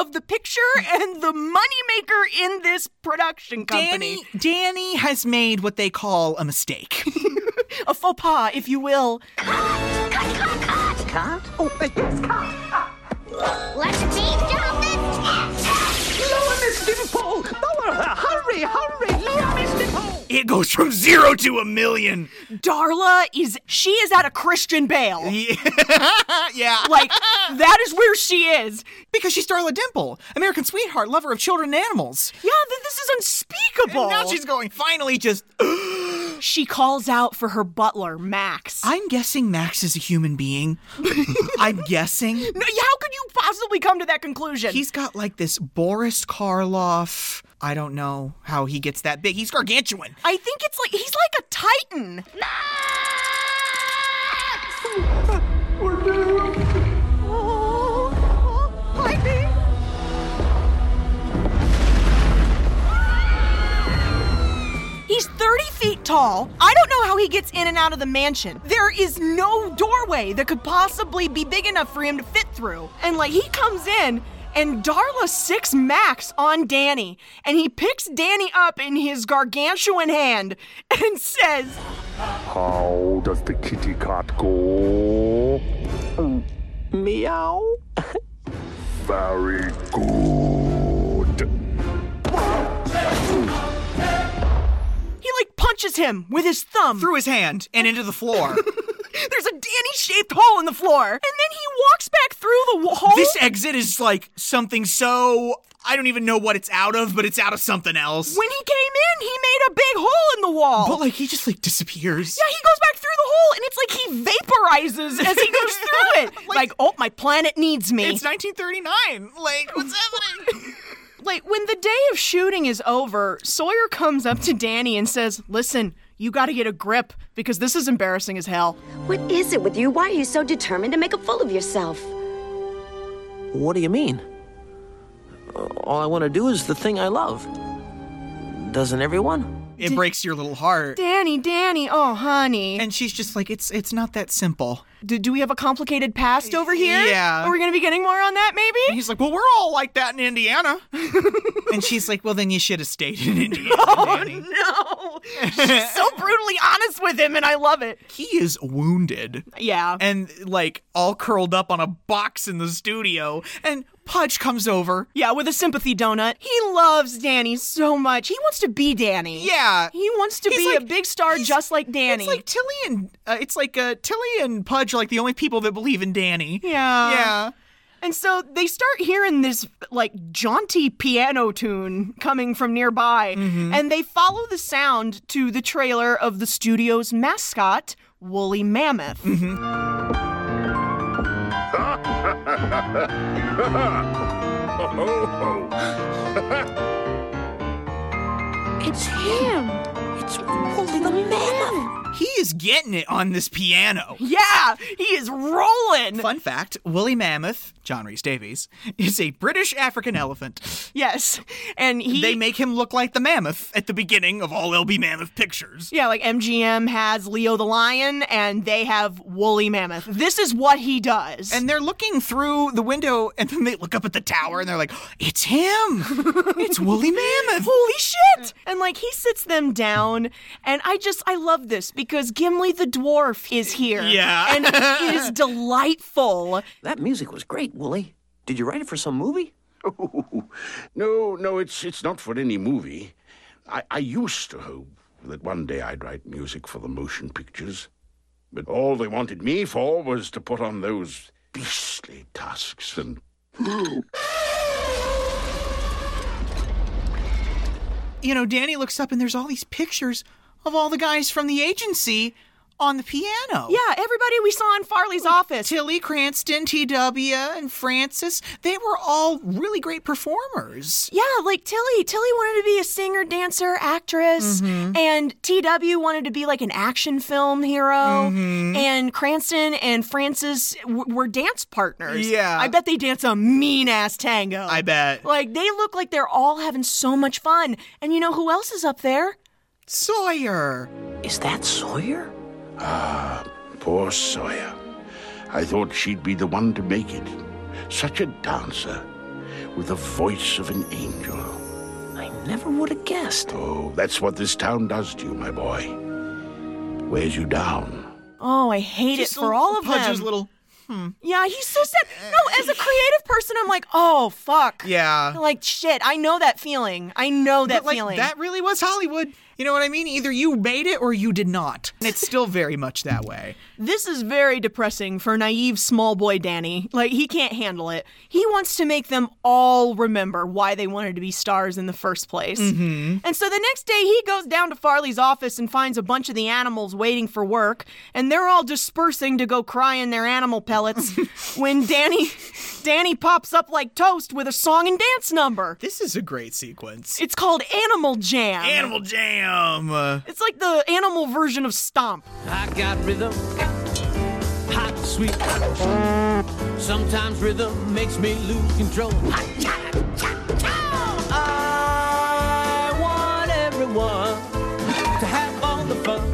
of the picture and the moneymaker in this production company. Danny, Danny has made what they call a mistake. *laughs* A faux pas, uh, if you will. Cut? Oh, yes, cut. Let's change all this. Miss Dimple! Lower her! Hurry, hurry! Lower Miss Dimple! it goes from zero to a million. Darla is she is at a Christian Bale. yeah. *laughs* Like that is where she is. Because she's Darla Dimple, American sweetheart, lover of children and animals. Yeah, th- this is unspeakable. And now she's going, finally, just. she calls out for her butler, Max. *laughs* I'm guessing Max is a human *laughs* being. I'm guessing. No, yeah, how could you possibly come to that conclusion? He's got like this Boris Karloff. I don't know how he gets that big. He's gargantuan. I think it's like he's like a titan. He's 30 feet tall. I don't know how he gets in and out of the mansion. There is no doorway that could possibly be big enough for him to fit through. And like he comes in and Darla six max on Danny, and he picks Danny up in his gargantuan hand *laughs* and says, How does the kitty cat go? Mm, Meow. *laughs* Very good. he like punches him with his thumb. Through his hand and into the floor. *laughs* There's a Danny shaped hole in the floor. And then he walks back through the wa- hole. this exit is like something so. I don't even know what it's out of, but it's out of something else. when he came in, he made a big hole in the wall. but like he just like disappears. Yeah, he goes back through the hole, and it's like he vaporizes as he *laughs* goes through it. like, oh, my planet needs me. It's 1939. Like, what's happening? like when the day of shooting is over, Sawyer comes up to Danny and says, "Listen, you got to get a grip because this is embarrassing as hell." What is it with you? Why are you so determined to make a fool of yourself? What do you mean? All I want to do is the thing I love. Doesn't everyone? it breaks your little heart. Danny, Danny, oh honey, And she's just like, it's it's not that simple. do, do we have a complicated past over here? Yeah. are we gonna be getting more on that And *laughs* maybe? *laughs* he's like, well, we're all like that in Indiana. *laughs* and she's like, well, then you should have stayed *laughs* in Indiana. Danny." No, she's so brutally honest with him, and I love it. He is wounded Yeah, and like all curled up on a box in the studio. And Pudge comes over. Yeah, with a sympathy donut. He loves Danny so much. He wants to be Danny. Yeah. He wants to He's be like- a big star he's- just like Danny. It's like Tilly and uh, it's like uh, Tilly and Pudge are like the only people that believe in Danny. yeah. Yeah. And so they start hearing this like jaunty piano tune coming from nearby, Mm-hmm. and they follow the sound to the trailer of the studio's mascot, Woolly Mammoth. Mm-hmm. It's him. It's Wooly the mammoth. Uh, He is getting it on this piano. Yeah, he is rolling. Fun fact Woolly Mammoth, John Rhys Davies, is a British African elephant. Yes, and he. They make him look like the mammoth at the beginning of all LB Mammoth pictures. Yeah, like MGM has Leo the lion, and they have Woolly Mammoth. This is what he does. And they're looking through the window, and then they look up at the tower, and they're like, it's him! it's Woolly Mammoth! Holy shit! And like, he sits them down, and I just, I love this because Gimli the dwarf is here. Yeah. and it *laughs* is delightful. That music was great, Wooly. Did you write it for some movie? *laughs* no, no, it's it's not for any movie. I, I used to hope that one day I'd write music for the motion pictures, but all they wanted me for was to put on those beastly tusks and. You know, Danny looks up, and there's all these pictures of all the guys from the agency on the piano. Yeah, everybody we saw in Farley's office. Tilly Cranston, TW, and Francis, they were all really great performers. Yeah, like Tilly. Tilly wanted to be a singer, dancer, actress, Mm-hmm. and TW wanted to be like an action film hero. Mm-hmm. And Cranston and Francis w- were dance partners. Yeah. I bet they dance a mean ass tango. I bet. Like they look like they're all having so much fun. And you know who else is up there? Sawyer. Is that Sawyer? Ah, poor Sawyer. I thought she'd be the one to make it. Such a dancer, with the voice of an angel. I never would have guessed. Oh, that's what this town does to you, my boy. Wears you down. Oh, I hate Just it for little- all of Pudge's them. little. yeah, he's so sad. No, as a creative person, I'm like, oh fuck. Yeah. Like shit, I know that feeling. I know that But, like, feeling. that really was Hollywood. You know what I mean? Either you made it or you did not. And it's still very much that way. This is very depressing for naive small boy Danny. Like, he can't handle it. He wants to make them all remember why they wanted to be stars in the first place. Mm-hmm. And so the next day, he goes down to Farley's office and finds a bunch of the animals waiting for work, and they're all dispersing to go cry in their animal pellets *laughs* when Danny, Danny pops up like toast with a song and dance number. This is a great sequence. It's called Animal Jam. Animal Jam. Uh, It's like the animal version of Stomp. I got rhythm, hot and sweet. Sometimes rhythm makes me lose control. Uh, I want everyone to have all the fun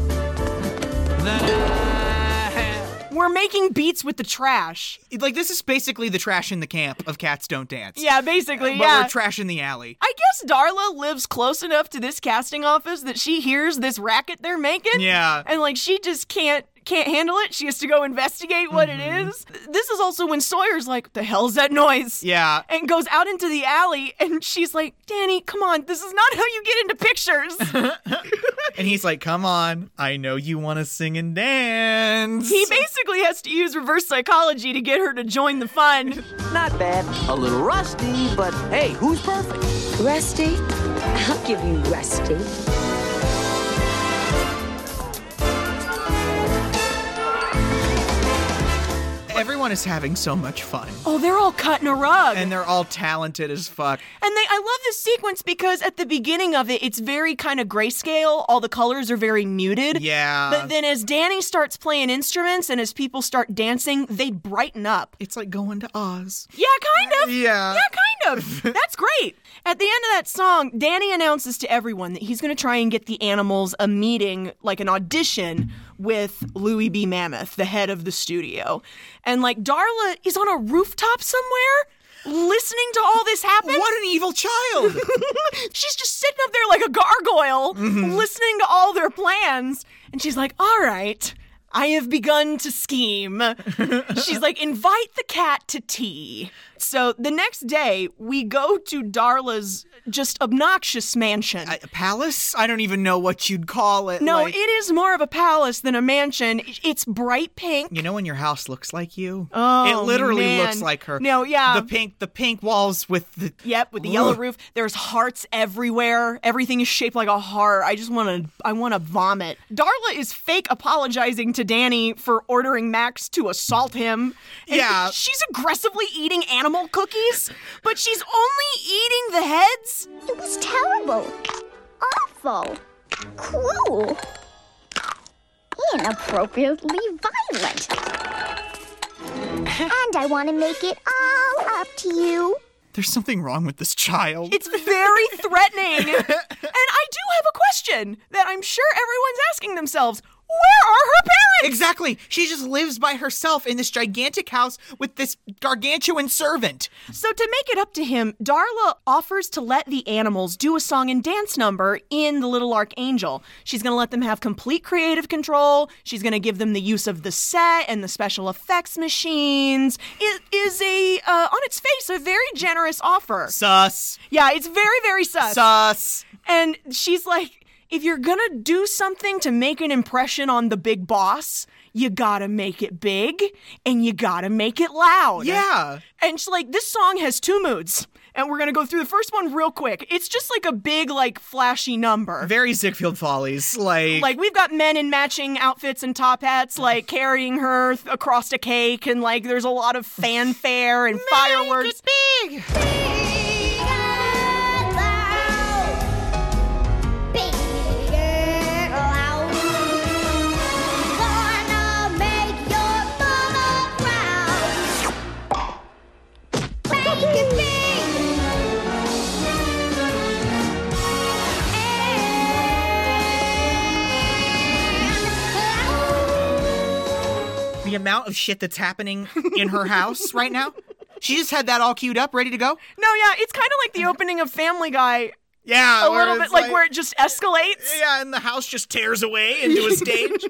that I have. We're making beats with the trash. like, this is basically the trash in the camp of Cats Don't Dance. Yeah, basically, But yeah. we're trash in the alley. I guess Darla lives close enough to this casting office that she hears this racket they're making. Yeah. And like she just can't can't handle it. She has to go investigate what it Mm-hmm. is. Th- This is also when Sawyer's like, "The hell's that noise?" Yeah. And goes out into the alley and she's like, "Danny, come on. This is not how you get into *laughs* pictures." And he's like, come on, I know you want to sing and dance. he basically has to use reverse psychology to get her to join the *laughs* fun. Not bad. A little rusty, but hey, who's perfect? Rusty? I'll give you Rusty. Everyone is having so much fun. Oh, they're all cutting a rug. And they're all talented as fuck. And they, I love this sequence because at the beginning of it, it's very kind of grayscale. All the colors are very muted. Yeah. But then as Danny starts playing instruments and as people start dancing, they brighten up. It's like going to Oz. Yeah, kind of. Yeah. Yeah, kind *laughs* of. That's great. At the end of that song, Danny announces to everyone that he's going to try and get the animals a meeting, like an audition with Louis B. Mammoth, the head of the studio. And like Darla is on a rooftop somewhere listening to all this happen. What an evil child! *laughs* she's just sitting up there like a gargoyle, Mm-hmm. listening to all their plans. And she's like, all right, I have begun to scheme. she's like, invite the cat to tea. So the next day, we go to Darla's just obnoxious mansion. A palace? I don't even know what you'd call it. no, like- it is more of a palace than a mansion. It's bright pink. You know when your house looks like you? Oh, it literally man. looks like her. No, yeah. the pink, the pink walls with the Yep, with the yellow Ugh. roof. There's hearts everywhere. Everything is shaped like a heart. I just want to I want to vomit. Darla is fake apologizing to Danny for ordering Max to assault him. And Yeah. She's aggressively eating animal cookies, but she's only eating the heads. It was terrible. Awful. Cruel. inappropriately violent. and I want to make it all up to you. There's something wrong with this child. It's *laughs* very threatening. and I do have a question that I'm sure everyone's asking themselves. Where are her parents? Exactly. She just lives by herself in this gigantic house with this gargantuan servant. So, to make it up to him, Darla offers to let the animals do a song and dance number in The Little Archangel. She's going to let them have complete creative control. She's going to give them the use of the set and the special effects machines. It is a, uh, on its face, a very generous offer. Sus. Yeah, it's very, very sus. Sus. And she's like, if you're gonna do something to make an impression on the big boss, you gotta make it big and you gotta make it loud. Yeah. And she's like, this song has two moods. And we're gonna go through the first one real quick. It's just like a big, like flashy number. Very Zickfield Follies. Like Like we've got men in matching outfits and top hats, like carrying her th- across a cake, and like there's a lot of fanfare *laughs* and fireworks. Big. The amount of shit that's happening in her house right *laughs* now. She just had that all queued up, ready to go. No, yeah, it's kind of like the opening of Family Guy. Yeah, a where little it's bit like, like- where it just escalates. Yeah, and the house just tears away into a stage.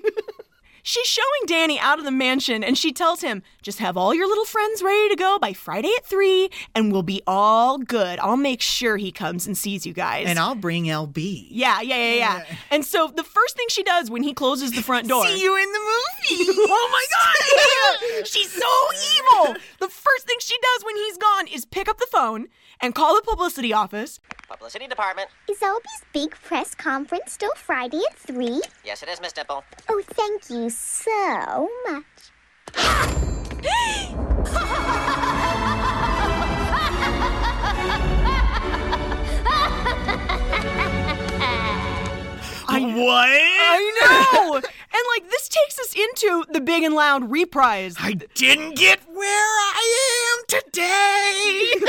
She's showing Danny out of the mansion and she tells him, just have all your little friends ready to go by Friday at 3 and we'll be all good. I'll make sure he comes and sees you guys. *laughs* and I'll bring LB. yeah, yeah, yeah, yeah. And so the first thing she does when he closes the front door. See you in the *laughs* movie. oh *laughs* my god! She's so evil. The first thing she does when he's gone is pick up the phone and call the publicity office. Publicity department. Is Albie's big press conference still Friday at 3? Yes, it is, Miss Dimple. Oh, thank you so much. I, what? I know. *laughs* and like this takes us into the big and loud reprise. I didn't get where I am today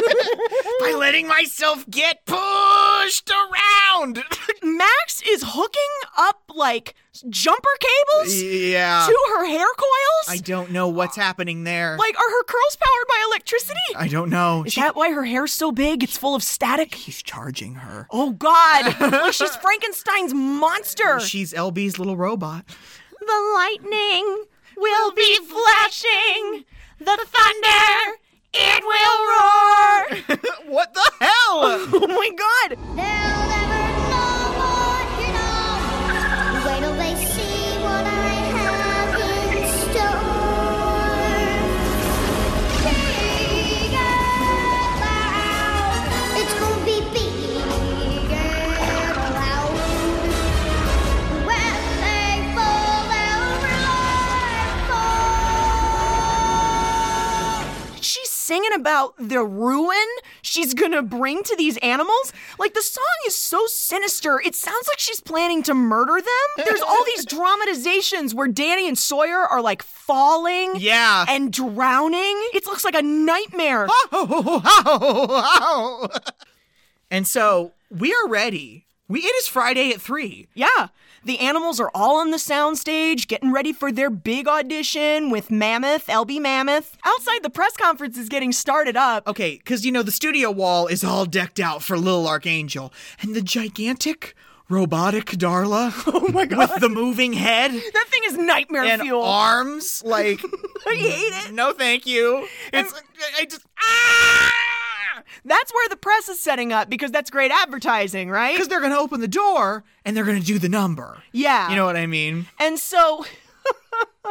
*laughs* by letting myself get pushed around. *laughs* Max is hooking up like jumper cables Yeah. to her hair coils. I don't know what's happening there. like, are her curls powered by electricity? I don't know. Is that why her hair's so big? It's full of static. He's charging her. Oh God! *laughs* Like, she's Frankenstein's monster. She's LB's little robot. The lightning will be flashing. The thunder, it will roar. What the hell? *laughs* oh my God! Wait till they see what I have in store. Big and loud. It's gonna be big and loud. When they fall, they'll She's singing about the ruin she's gonna bring to these animals. Like, the song is so sinister, it sounds like she's planning to murder them. There's *laughs* all these dramatizations where Danny and Sawyer are like falling Yeah. and drowning. It looks like a nightmare. and so we are ready. We it is Friday at three. Yeah, the animals are all on the soundstage getting ready for their big audition with Mammoth, LB Mammoth. Outside the press conference is getting started up. Okay, because you know the studio wall is all decked out for Little Archangel, and the gigantic *laughs* robotic Darla. Oh my god! With the moving head That thing is nightmare and fuel. arms, like *laughs* I hate it. no, thank you. It's I just ah. That's where the press is setting up because that's great advertising, right? Because they're gonna open the door and they're gonna do the number. Yeah. You know what I mean? And so *laughs*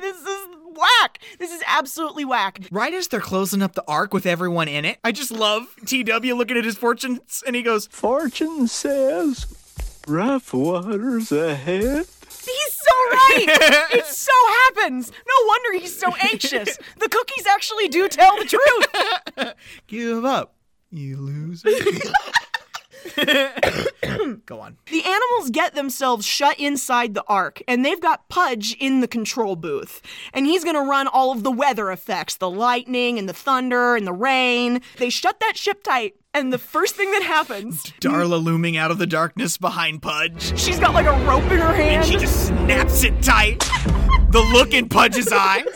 this is whack. This is absolutely whack. Right as they're closing up the arc with everyone in it, I just love TW looking at his fortunes and he goes, Fortune says rough waters ahead. He's so *laughs* right. it so happens. No wonder he's so anxious. The cookies actually do tell the truth. *laughs* Give up, you lose. Go one. The animals get themselves shut inside the ark, and they've got Pudge in the control booth. And he's going to run all of the weather effects the lightning and the thunder and the rain. They shut that ship tight, and the first thing that *laughs* happens Darla looming out of the darkness behind Pudge. She's got like a rope in her hand. And she just snaps it tight. the look *laughs* in Pudge's eyes.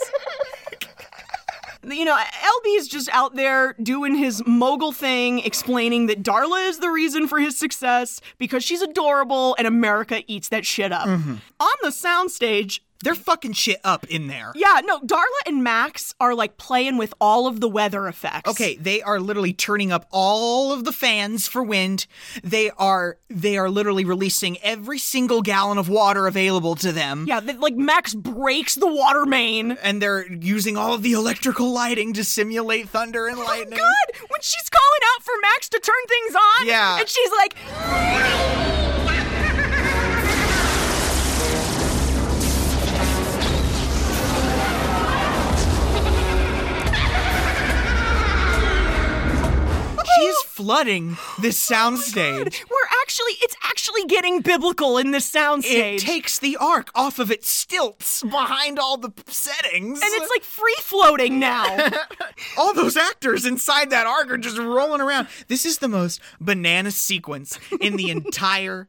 you know, LB is just out there doing his mogul thing, explaining that Darla is the reason for his success because she's adorable and America eats that shit up. Mhm. On the soundstage, they're fucking shit up in there. Yeah, no, Darla and Max are like playing with all of the weather effects. Okay, they are literally turning up all of the fans for wind. They are they are literally releasing every single gallon of water available to them. Yeah, that like Max breaks the water main and they're using all of the electrical lighting to simulate thunder and lightning. Oh God, when she's calling out for Max to turn things on, Yeah. and she's like, She is flooding *gasps* this Oh soundstage. we're actually, it's actually getting biblical in this soundstage. It takes the arc off of its stilts behind all the settings. And it's like free floating *laughs* now. all those actors inside that arc are just rolling around. This is the most banana sequence in *laughs* the entire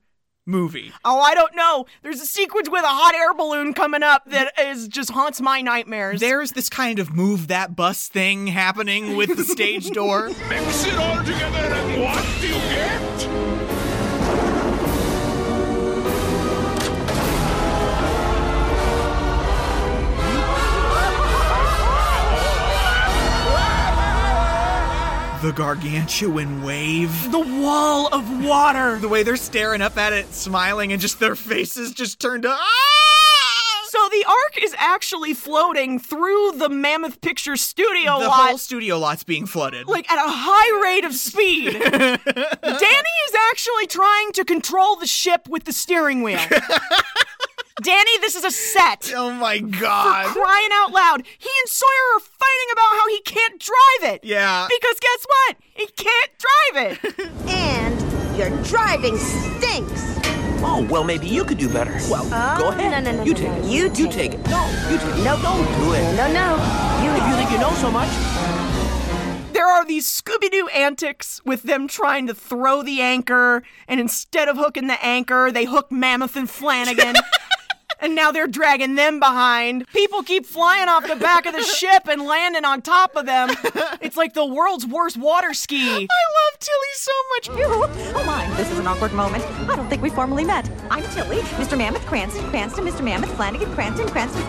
movie. Oh, I don't know. There's a sequence with a hot air balloon coming up that is just haunts my nightmares. There's this kind of move that bus thing happening with the stage door. *laughs* Mix it all together and what do you get? The gargantuan wave. The wall of water. The way they're staring up at it, smiling, and just their faces just turned "Ah!" up. So the ark is actually floating through the Mammoth Picture Studio the lot, whole studio lot's being flooded. like at a high rate of speed. Danny is actually trying to control the ship with the steering wheel. Danny, this is a set. Oh my For god. crying out loud. He and Sawyer are fighting about how he can't drive it. Yeah. Because guess what? He can't drive it. And your driving stinks. Oh, well, maybe you could do better. Well, go ahead. No, no, no, you no, take no. it. You you take take it. No, you take it. No, don't do it. No, no. You if you think you know so much, there are these Scooby Doo antics with them trying to throw the anchor, and instead of hooking the anchor, they hook Mammoth and *laughs* Flanagan. And now they're dragging them behind. People keep flying off the back of the ship and landing on top of *laughs* them. It's like the world's worst water ski. love Tilly so *laughs* much. oh my, this is an awkward moment. I don't think we formally met. I'm Tilly, Mr. Mammoth Cranston, Cranston, Mr. Mammoth Flanagan, Cranston, *gasps* Cranston.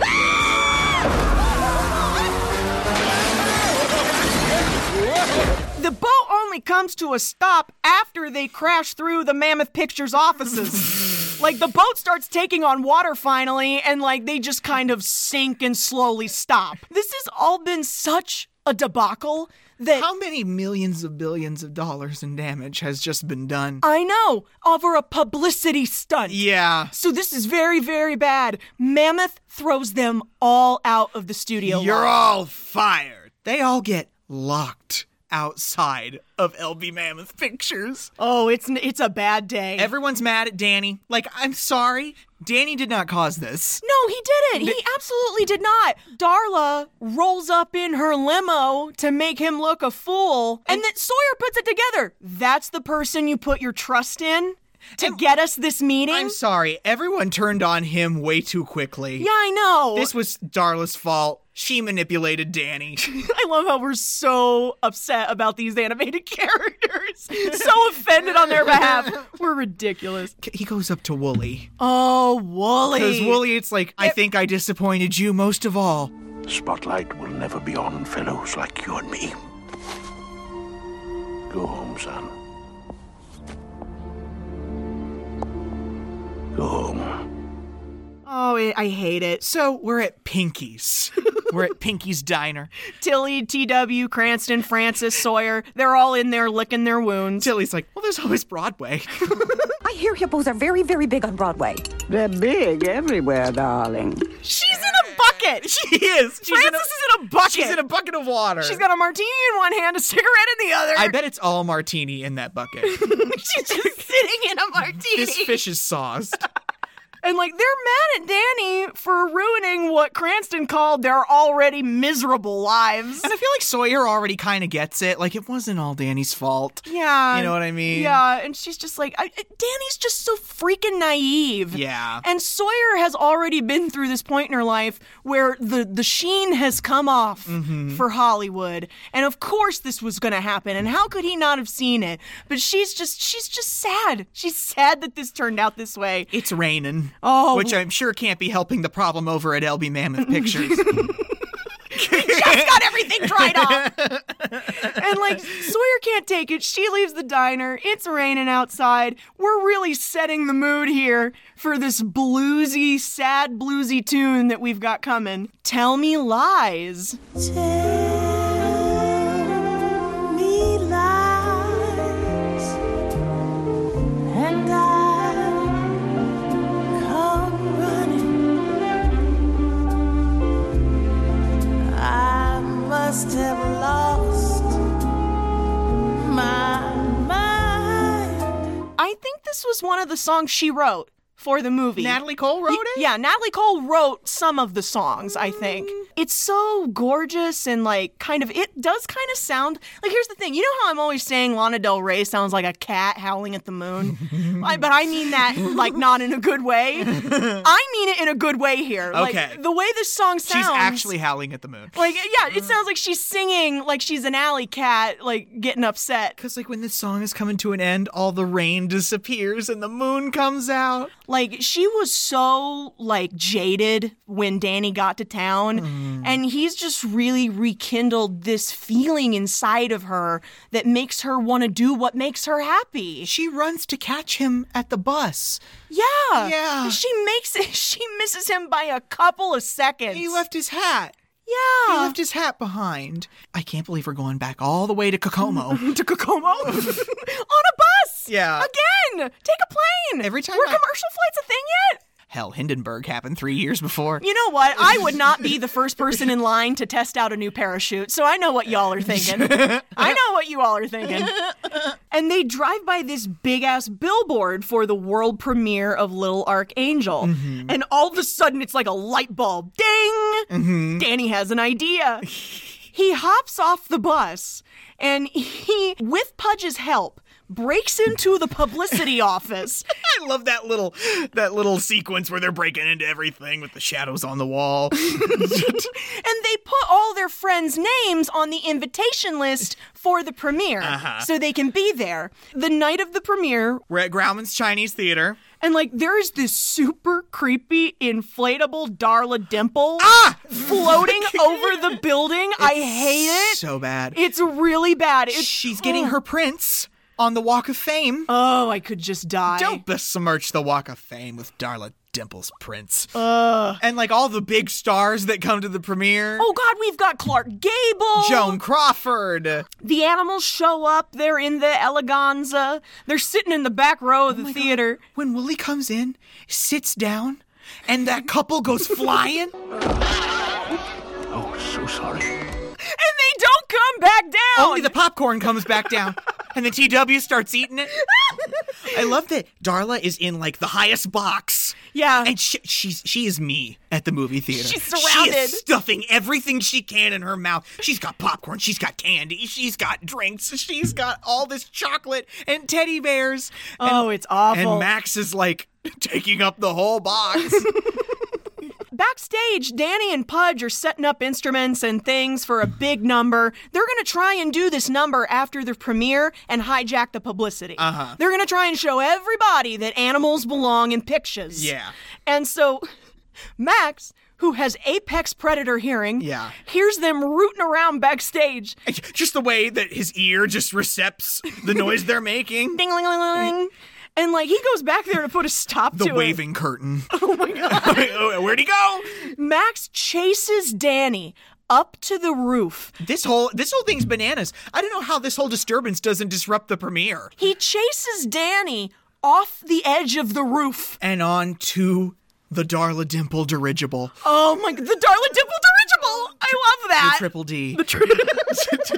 The boat only comes to a stop after they crash through the Mammoth Pictures *laughs* offices. like the boat starts taking on water finally, and like they just kind of sink and slowly stop. This has all been such a debacle that How many millions of billions of dollars in damage has just been done? I know over a publicity stunt. Yeah. So this is very, very bad. Mammoth throws them all out of the studio. You're lot. all fired. They all get locked outside of LB Mammoth Pictures. Oh, it's it's a bad day. Everyone's mad at Danny. Like, I'm sorry. Danny did not cause this. No, he didn't. He absolutely did not. Darla rolls up in her limo to make him look a fool, and then Sawyer puts it together. That's the person you put your trust in to get us this meeting. I'm sorry. Everyone turned on him way too quickly. yeah, I know. This was Darla's fault. She manipulated Danny. *laughs* I love how we're so upset about these animated *laughs* characters, so offended on their behalf. We're ridiculous. he goes up to Wooly. Oh, Wooly. Because Wooly, it's like, I think I disappointed you most of all. Spotlight will never be on fellows like you and me. Go home, son. Go home. Oh, I- I hate it. So we're at *laughs* Pinky's. we're at Pinky's Diner. Tilly, T.W., Cranston, Francis, Sawyer, they're all in there licking their wounds. Tilly's like, well, there's always *laughs* Broadway. I hear hippos are very, very big on Broadway. They're big everywhere, darling. She's in a bucket. bucket. She *laughs* is. Frances She's in a- is in a bucket. she's in a bucket of water. She's got a martini in one hand, a cigarette in the other. I bet it's all martini in that *laughs* bucket. *laughs* she's just sitting in a martini. this fish is *laughs* sauced. And like they're mad at Danny for ruining what Cranston called their already miserable *laughs* lives. And I feel like Sawyer already kind of gets it. Like it wasn't all Danny's fault. Yeah. You know what I mean? Yeah, and she's just like, I, I- Danny's just so freaking naive. Yeah. And Sawyer has already been through this point in her life where the, the sheen has come off for Hollywood. And of course this was going to happen. And how could he not have seen it? But she's just, she's just sad. She's sad that this turned out this way. It's raining. Oh. Which I'm sure can't be helping the problem over at LB Mammoth Pictures. *laughs* just got everything dried off. and like Sawyer can't take it. She leaves the diner. It's raining outside. We're really setting the mood here for this bluesy, sad bluesy tune that we've got coming. Tell me lies. me lies, and I come running. I must have lost my mind. I think this was one of the songs she wrote for the movie. Natalie Cole wrote it? Yeah, Natalie Cole wrote some of the songs, I think. Mm. It's so gorgeous and like kind of it does kind of sound like here's the thing. You know how I'm always saying Lana Del Rey sounds like a cat howling at the *laughs* moon? I, but I mean that like not in a good way. I mean it in a good way here. Okay. Like the way this song sounds She's actually Mm. howling at the moon. like yeah, it sounds like she's singing like she's an alley cat, like getting upset. Because like when this song is coming to an end, all the rain disappears and the moon comes out. Like she was so like jaded when Danny got to town Mm-hmm. and he's just really rekindled this feeling inside of her that makes her want to do what makes her happy. She runs to catch him at the bus. Yeah. Yeah. She makes it *laughs* she misses him by a couple of seconds. He left his hat. Yeah. He left his hat behind. I can't believe we're going back all the way *laughs* to Kokomo. to Kokomo *laughs* on a bus. Yeah. Again. Take a plane. Every time Were I- commercial flights a thing yet? *laughs* Hell, Hindenburg happened three years before. You know what? I would not be the first person in line to test out a new parachute, so I know what y'all are thinking. I know what you all are thinking. And they drive by this big ass billboard for the world premiere of Little Archangel. And all of a sudden, it's like a light bulb ding! Danny has an idea. he hops off the bus and he, with Pudge's help, breaks into the publicity office I love that little that little sequence where they're breaking into everything with the shadows on the *laughs* wall. and they put all their friends' names on the invitation list for the premiere Uh-huh. so they can be there the night of the premiere We're at Grauman's Chinese Theater. and like there is this super creepy inflatable darla dimple Ah! *laughs* floating over the building i hate it So bad. it's really bad it's, She's getting her prints on the Walk of Fame. oh i could just die Don't besmirch the Walk of Fame with Darla Dimple's prints. And like all the big stars that come to the premiere. oh god we've got clark gable Joan Crawford. the animals show up they're in the eleganza they're sitting in the back Oh row of the theater When Wooly comes in, sits down, and that couple *laughs* goes flying. Oh, so sorry. and they don't come back down. Only the popcorn comes back down, and the TW starts eating it. I love that Darla is in like the highest box. yeah. And she, she's she is me at the movie theater. She's She surrounded. is stuffing everything she can in her mouth. She's got popcorn. She's got candy. She's got drinks. She's got all this chocolate and teddy bears. And, oh, it's awful. and Max is like taking up the whole box. Backstage, Danny and Pudge are setting up instruments and things for a big number. They're going to try and do this number after the premiere and hijack the publicity. Uh-huh. They're going to try and show everybody that animals belong in pictures. Yeah. And so *laughs* Max, who has apex predator hearing, Yeah. hears them rooting around *laughs* backstage. just the way that his ear just recepts the noise they're *laughs* making. Ding, ling, ling, ling, ling. And like he goes back there to put a stop The to it. waving curtain. *laughs* Oh my *laughs* god. Where'd he go? Max chases Danny up to the roof. This whole this whole thing's bananas. I don't know how this whole disturbance doesn't disrupt the premiere. He chases Danny off the edge of the roof. And on to The Darla Dimple dirigible. Oh my! The Darla Dimple dirigible. I love that. The triple D. The tri-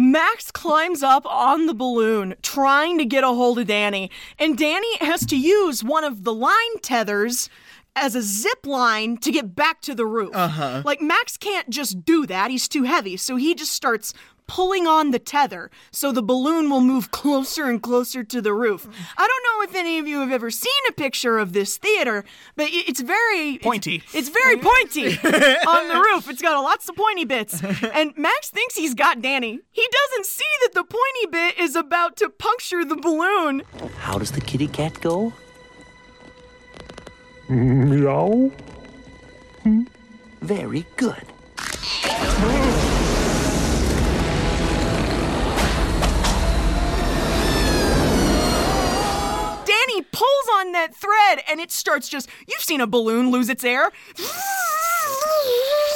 Max climbs up on the balloon trying to get a hold of Danny, and Danny has to use one of the line tethers as a zip line to get back to the roof. Uh-huh. Like Max can't just do that, he's too heavy, so he just starts pulling on the tether so the balloon will move closer and closer to the roof. I don't know if any of you have ever seen a picture of this theater, but i- it's very it's- Pointy. It's, very Mm-hmm. pointy *laughs* on the roof. It's got lots of pointy bits. And Max thinks he's got Danny. He doesn't see that the pointy bit is about to puncture the balloon. How does the kitty cat go? Meow. Very good. Danny pulls on that thread and it starts just you've seen a balloon lose its air. *laughs*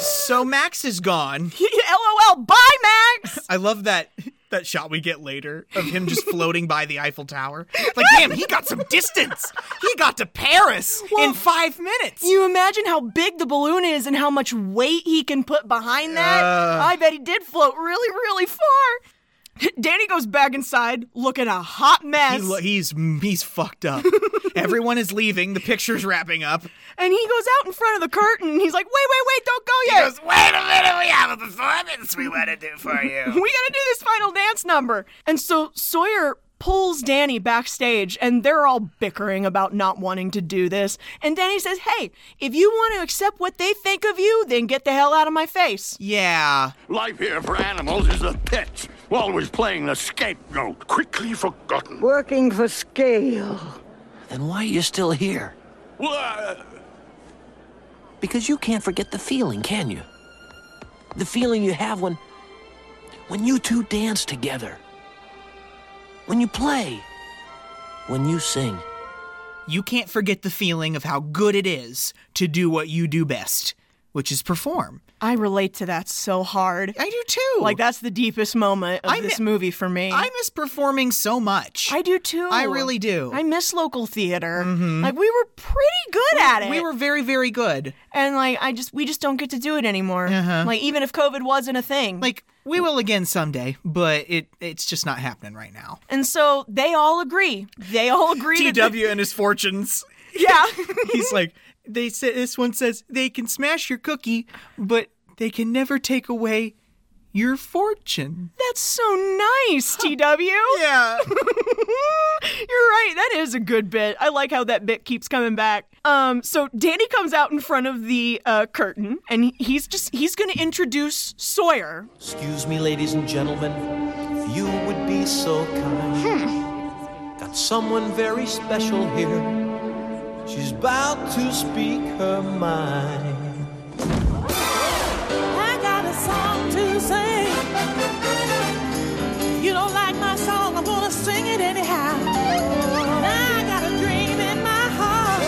So Max is gone. LOL, bye Max. I love that that shot we get later of him just floating by the Eiffel Tower. Like, damn, he got some distance. He got to Paris in five minutes. You imagine how big the balloon is and how much weight he can put behind that? Uh. I bet he did float really, really far. *laughs* Danny goes back inside looking a hot He mess. lo- he's he's fucked *laughs* up. Everyone is leaving. The picture's wrapping up. and he goes out in front of the curtain. and He's like, wait, wait, wait, don't go yet. goes, "Wait a minute, we have a performance we want to do for you." we gotta do this final dance number. And so Sawyer pulls Danny backstage, and they're all bickering about not wanting to do this. And Danny says, Hey, if you want to accept what they think of you, then get the hell out of my face. Yeah. Life here for animals is a pit, always playing the scapegoat, quickly forgotten. Working for scale. Then why are you still here? Well, uh, Because you can't forget the feeling, can you? The feeling you have when when you two dance together. When you play. When you sing. You can't forget the feeling of how good it is to do what you do best, which is perform. I relate to that so hard. I do too. Like, that's the deepest moment of I mi- this movie for me. I miss performing so much. I do too. I really do. Mm-hmm. I miss local theater. Like we were pretty good at it. We were very, very good. and like I just we just don't get to do it anymore. Like even if COVID wasn't a thing. Uh-huh. Like we will again someday, but it it's just not happening right now. And so they all agree. They all agree. that- TW *laughs* and his fortunes. *laughs* *laughs* yeah. He's like they say this one says they can smash your cookie, but they can never take away your fortune. That's so nice, TW. *laughs* Yeah. You're right. That is a good bit. I like how that bit keeps coming back. Um, so Danny comes out in front of the uh, curtain, and he- he's just he's going to introduce Sawyer. Excuse me, ladies and gentlemen, if you would be so kind. Got someone very special here. She's about to speak her mind. I got a song to sing. You don't like my song, I'm gonna sing it anyhow. Now I got a dream in my heart.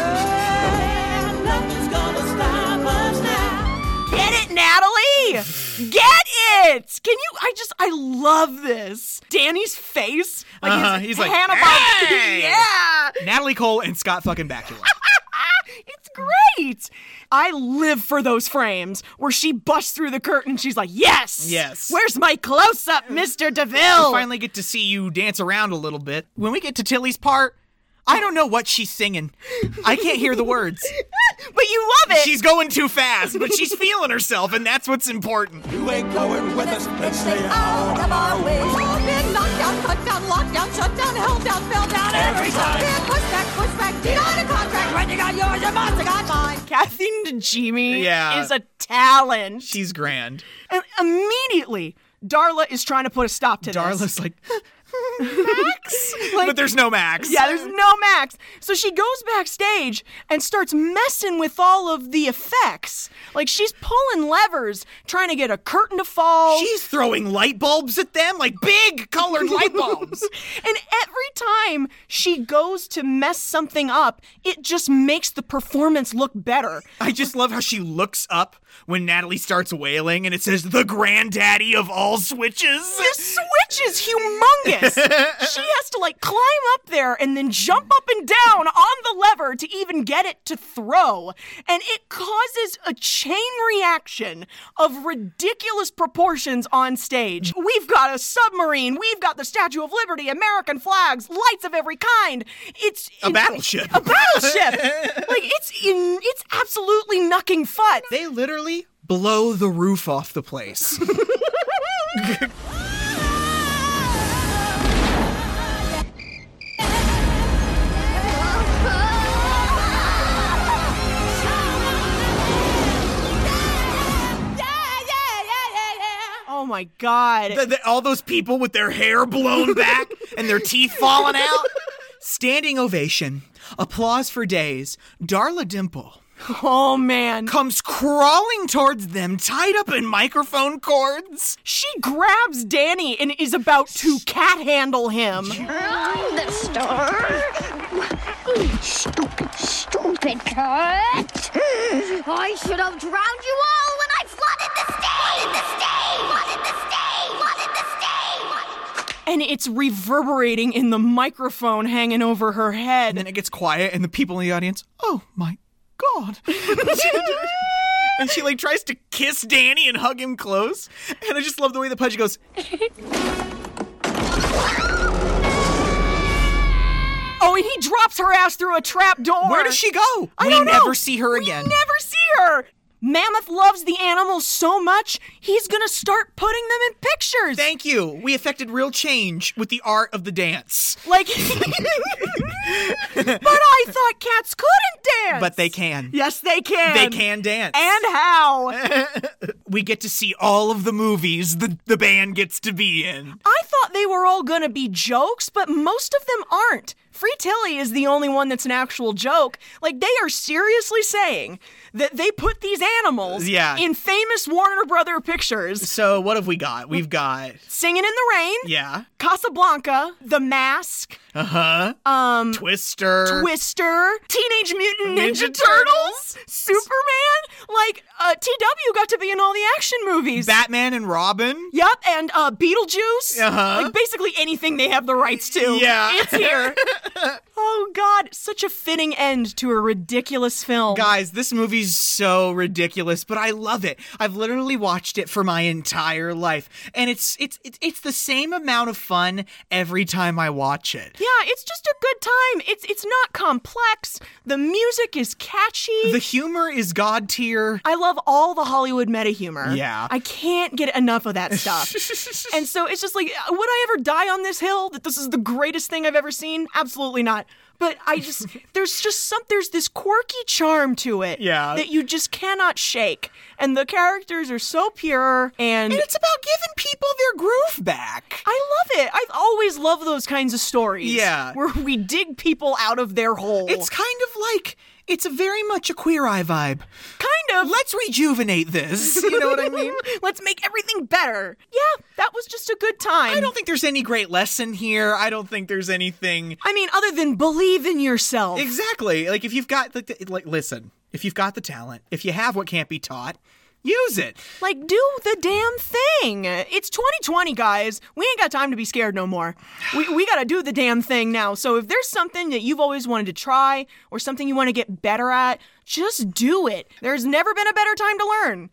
And nothing's gonna stop us now. Get it, Natalie! Get it! Can you? I just I love this. Danny's face, like Uh-huh. his He's like, Hannibal. "Hey!" yeah. Natalie Cole and Scott fucking Bakula. *laughs* It's great. I live for those frames where she busts through the curtain. She's like, "Yes, Yes. Where's my close-up, Mister Deville?" We finally get to see you dance around a little bit. When we get to Tilly's part, I don't know what she's singing. I can't hear the *laughs* words. *laughs* but you love it. She's going too fast, but she's feeling herself, and that's what's important. You ain't going with us, let's stay out Out of our way. We've been knocked down, cut down, locked down, shut down, held down, fell down. Every time. Been pushed back, pushed back, denied a contract. When you got yours, you must have got mine. Kathy Najimy Yeah. is a talent. She's grand. and immediately, Darla is trying to put a stop to this. Darla's like, Max? Like- but there's no Max. Yeah, there's no Max. So she goes backstage and starts messing with all of the effects. Like she's pulling levers, trying to get a curtain to fall. She's throwing light bulbs at them, like big colored light *laughs* bulbs. and every time time she goes to mess something up, it just makes the performance look better. I just love how she looks up when Natalie starts wailing and it says, the granddaddy of all switches. The switch is *laughs* humongous. she has to like climb up there and then jump up and down on the lever to even get it to throw. And it causes a chain reaction of ridiculous proportions on stage. We've got a submarine, we've got the Statue of Liberty, American flags, lights of every kind. It's A battleship. A *laughs* battleship. like it's in it's absolutely knucking fun. They literally blow the roof off the place. Oh my god. The- the- all those people with their hair *laughs* blown back and their teeth falling out. Standing ovation, applause for days. Darla Dimple. Oh man. Comes crawling towards them, tied up in microphone cords. *laughs* She grabs Danny and is about to cat handle him. The store. Stupid, stupid cat. I should have drowned you all when I flooded the stage. The stage. Flooded the stage. Flooded the stage. And it's reverberating in the microphone hanging over her head. And then it gets quiet and the people in the audience, oh my god. *laughs* and she like tries to kiss Danny and hug him close. And I just love the way the Pudge goes, Oh, and he drops her ass through a trap door. Where does she go? I we don't know. never see her again. We never see her. Mammoth loves the animals so much, he's gonna start putting them in pictures. Thank you. We affected real change with the art of the dance. *laughs* Like, *laughs* but I thought cats couldn't dance. But they can. yes, they can. They can dance. And how? we get to see all of the movies the, the band gets to be in. I thought they were all gonna be jokes, but most of them aren't. Free Tilly is the only one that's an actual joke. Like, they are seriously saying that they put these animals Yeah. in famous Warner Brother pictures. So what have we got? We've got Singing in the Rain, yeah. Casablanca, The Mask, Uh-huh. um, Twister. Twister, Teenage Mutant Ninja, Er. Ninja Turtles, Superman. Like, uh, TW got to be in all the action movies. Batman and Robin. Yep, and uh, Beetlejuice. Uh-huh. Like basically anything they have the rights to. Yeah. It's *laughs* here. oh, God. Such a fitting end to a ridiculous film. Guys, this movie's so ridiculous, but I love it. I've literally watched it for my entire life, and it's it's it's, it's the same amount of fun every time I watch it. Yeah, it's just a good time. It's it's not complex. The music is catchy. The humor is god tier. I love all the Hollywood meta humor. Yeah. I can't get enough of that stuff. and so it's just like, uh, would I ever die on this hill that this is the greatest thing I've ever seen? Absolutely not. But I *laughs* just, there's just some, there's this quirky charm to it Yeah. that you just cannot shake. And the characters are so pure and. And it's about giving people their groove back. I love it. I've always loved those kinds of stories. Yeah. Where we dig people out of their hole. It's kind of like it's a very much a queer eye vibe. kind of. Let's rejuvenate this. *laughs* You know what I *laughs* mean? *laughs* Let's make everything better. Yeah, that was just a good time. I don't think there's any great lesson here. I don't think there's anything I mean, other than believe in yourself. Exactly. Like if you've got like, the, like listen, if you've got the talent, if you have what can't be taught, use it. Like, do the damn thing. It's 2020, guys. We ain't got time to be scared no more. We, we gotta do the damn thing now. So, if there's something that you've always wanted to try or something you wanna get better at, just do it. There's never been a better time to learn.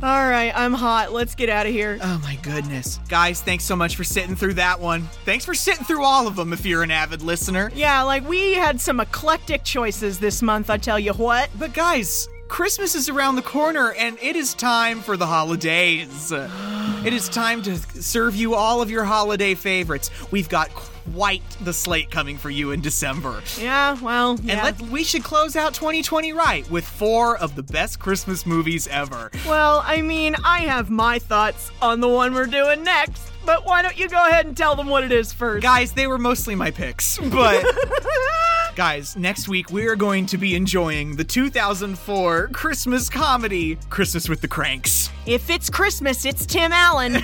All right, I'm hot. Let's get out of here. Oh my goodness. Guys, thanks so much for sitting through that one. Thanks for sitting through all of them if you're an avid listener. Yeah, like we had some eclectic choices this month, I tell you what. But guys, Christmas is around the corner and it is time for the *gasps* holidays. It is time to serve you all of your holiday favorites. We've got quite the slate coming for you in December. Yeah, well, yeah. And let, we should close out 2020 right with four of the best Christmas movies ever. Well, I mean, I have my thoughts on the one we're doing next, but why don't you go ahead and tell them what it is first? Guys, they were mostly my picks, *laughs* but. Guys, next week we are going to be enjoying the 2004 Christmas comedy, Christmas with the Cranks. If it's Christmas, it's Tim Allen.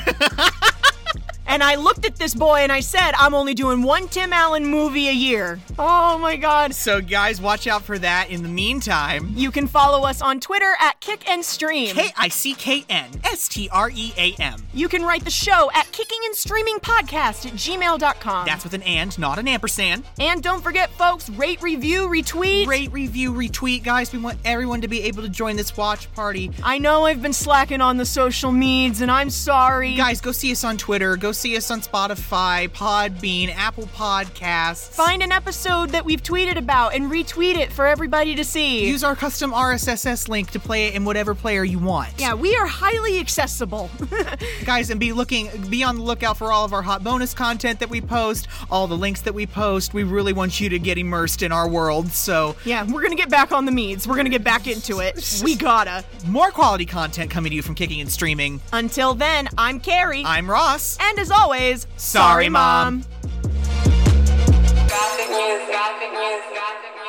And I looked at this boy and I said, I'm only doing one Tim Allen movie a year. Oh my God. So, guys, watch out for that. In the meantime, you can follow us on Twitter at Kick and Stream. K I C K N S T R E A M. You can write the show at Kicking and Streaming Podcast at gmail.com. That's with an and, not an ampersand. And don't forget, folks, rate, review, retweet. Rate, review, retweet. Guys, we want everyone to be able to join this watch party. I know I've been slacking on the social meds and I'm sorry. Guys, go see us on Twitter. Go see us on Spotify, Podbean, Apple Podcasts. Find an episode that we've tweeted about and retweet it for everybody to see. Use our custom RSS link to play it in whatever player you want. Yeah, we are highly accessible. *laughs* Guys, and be looking be on the lookout for all of our hot bonus content that we post, all the links that we post. We really want you to get immersed in our world. So, yeah, we're going to get back on the meads. We're going to get back into it. We gotta. More quality content coming to you from kicking and streaming. Until then, I'm Carrie. I'm Ross. And as always, sorry, Mom. Gossip news, gossip news, gossip news.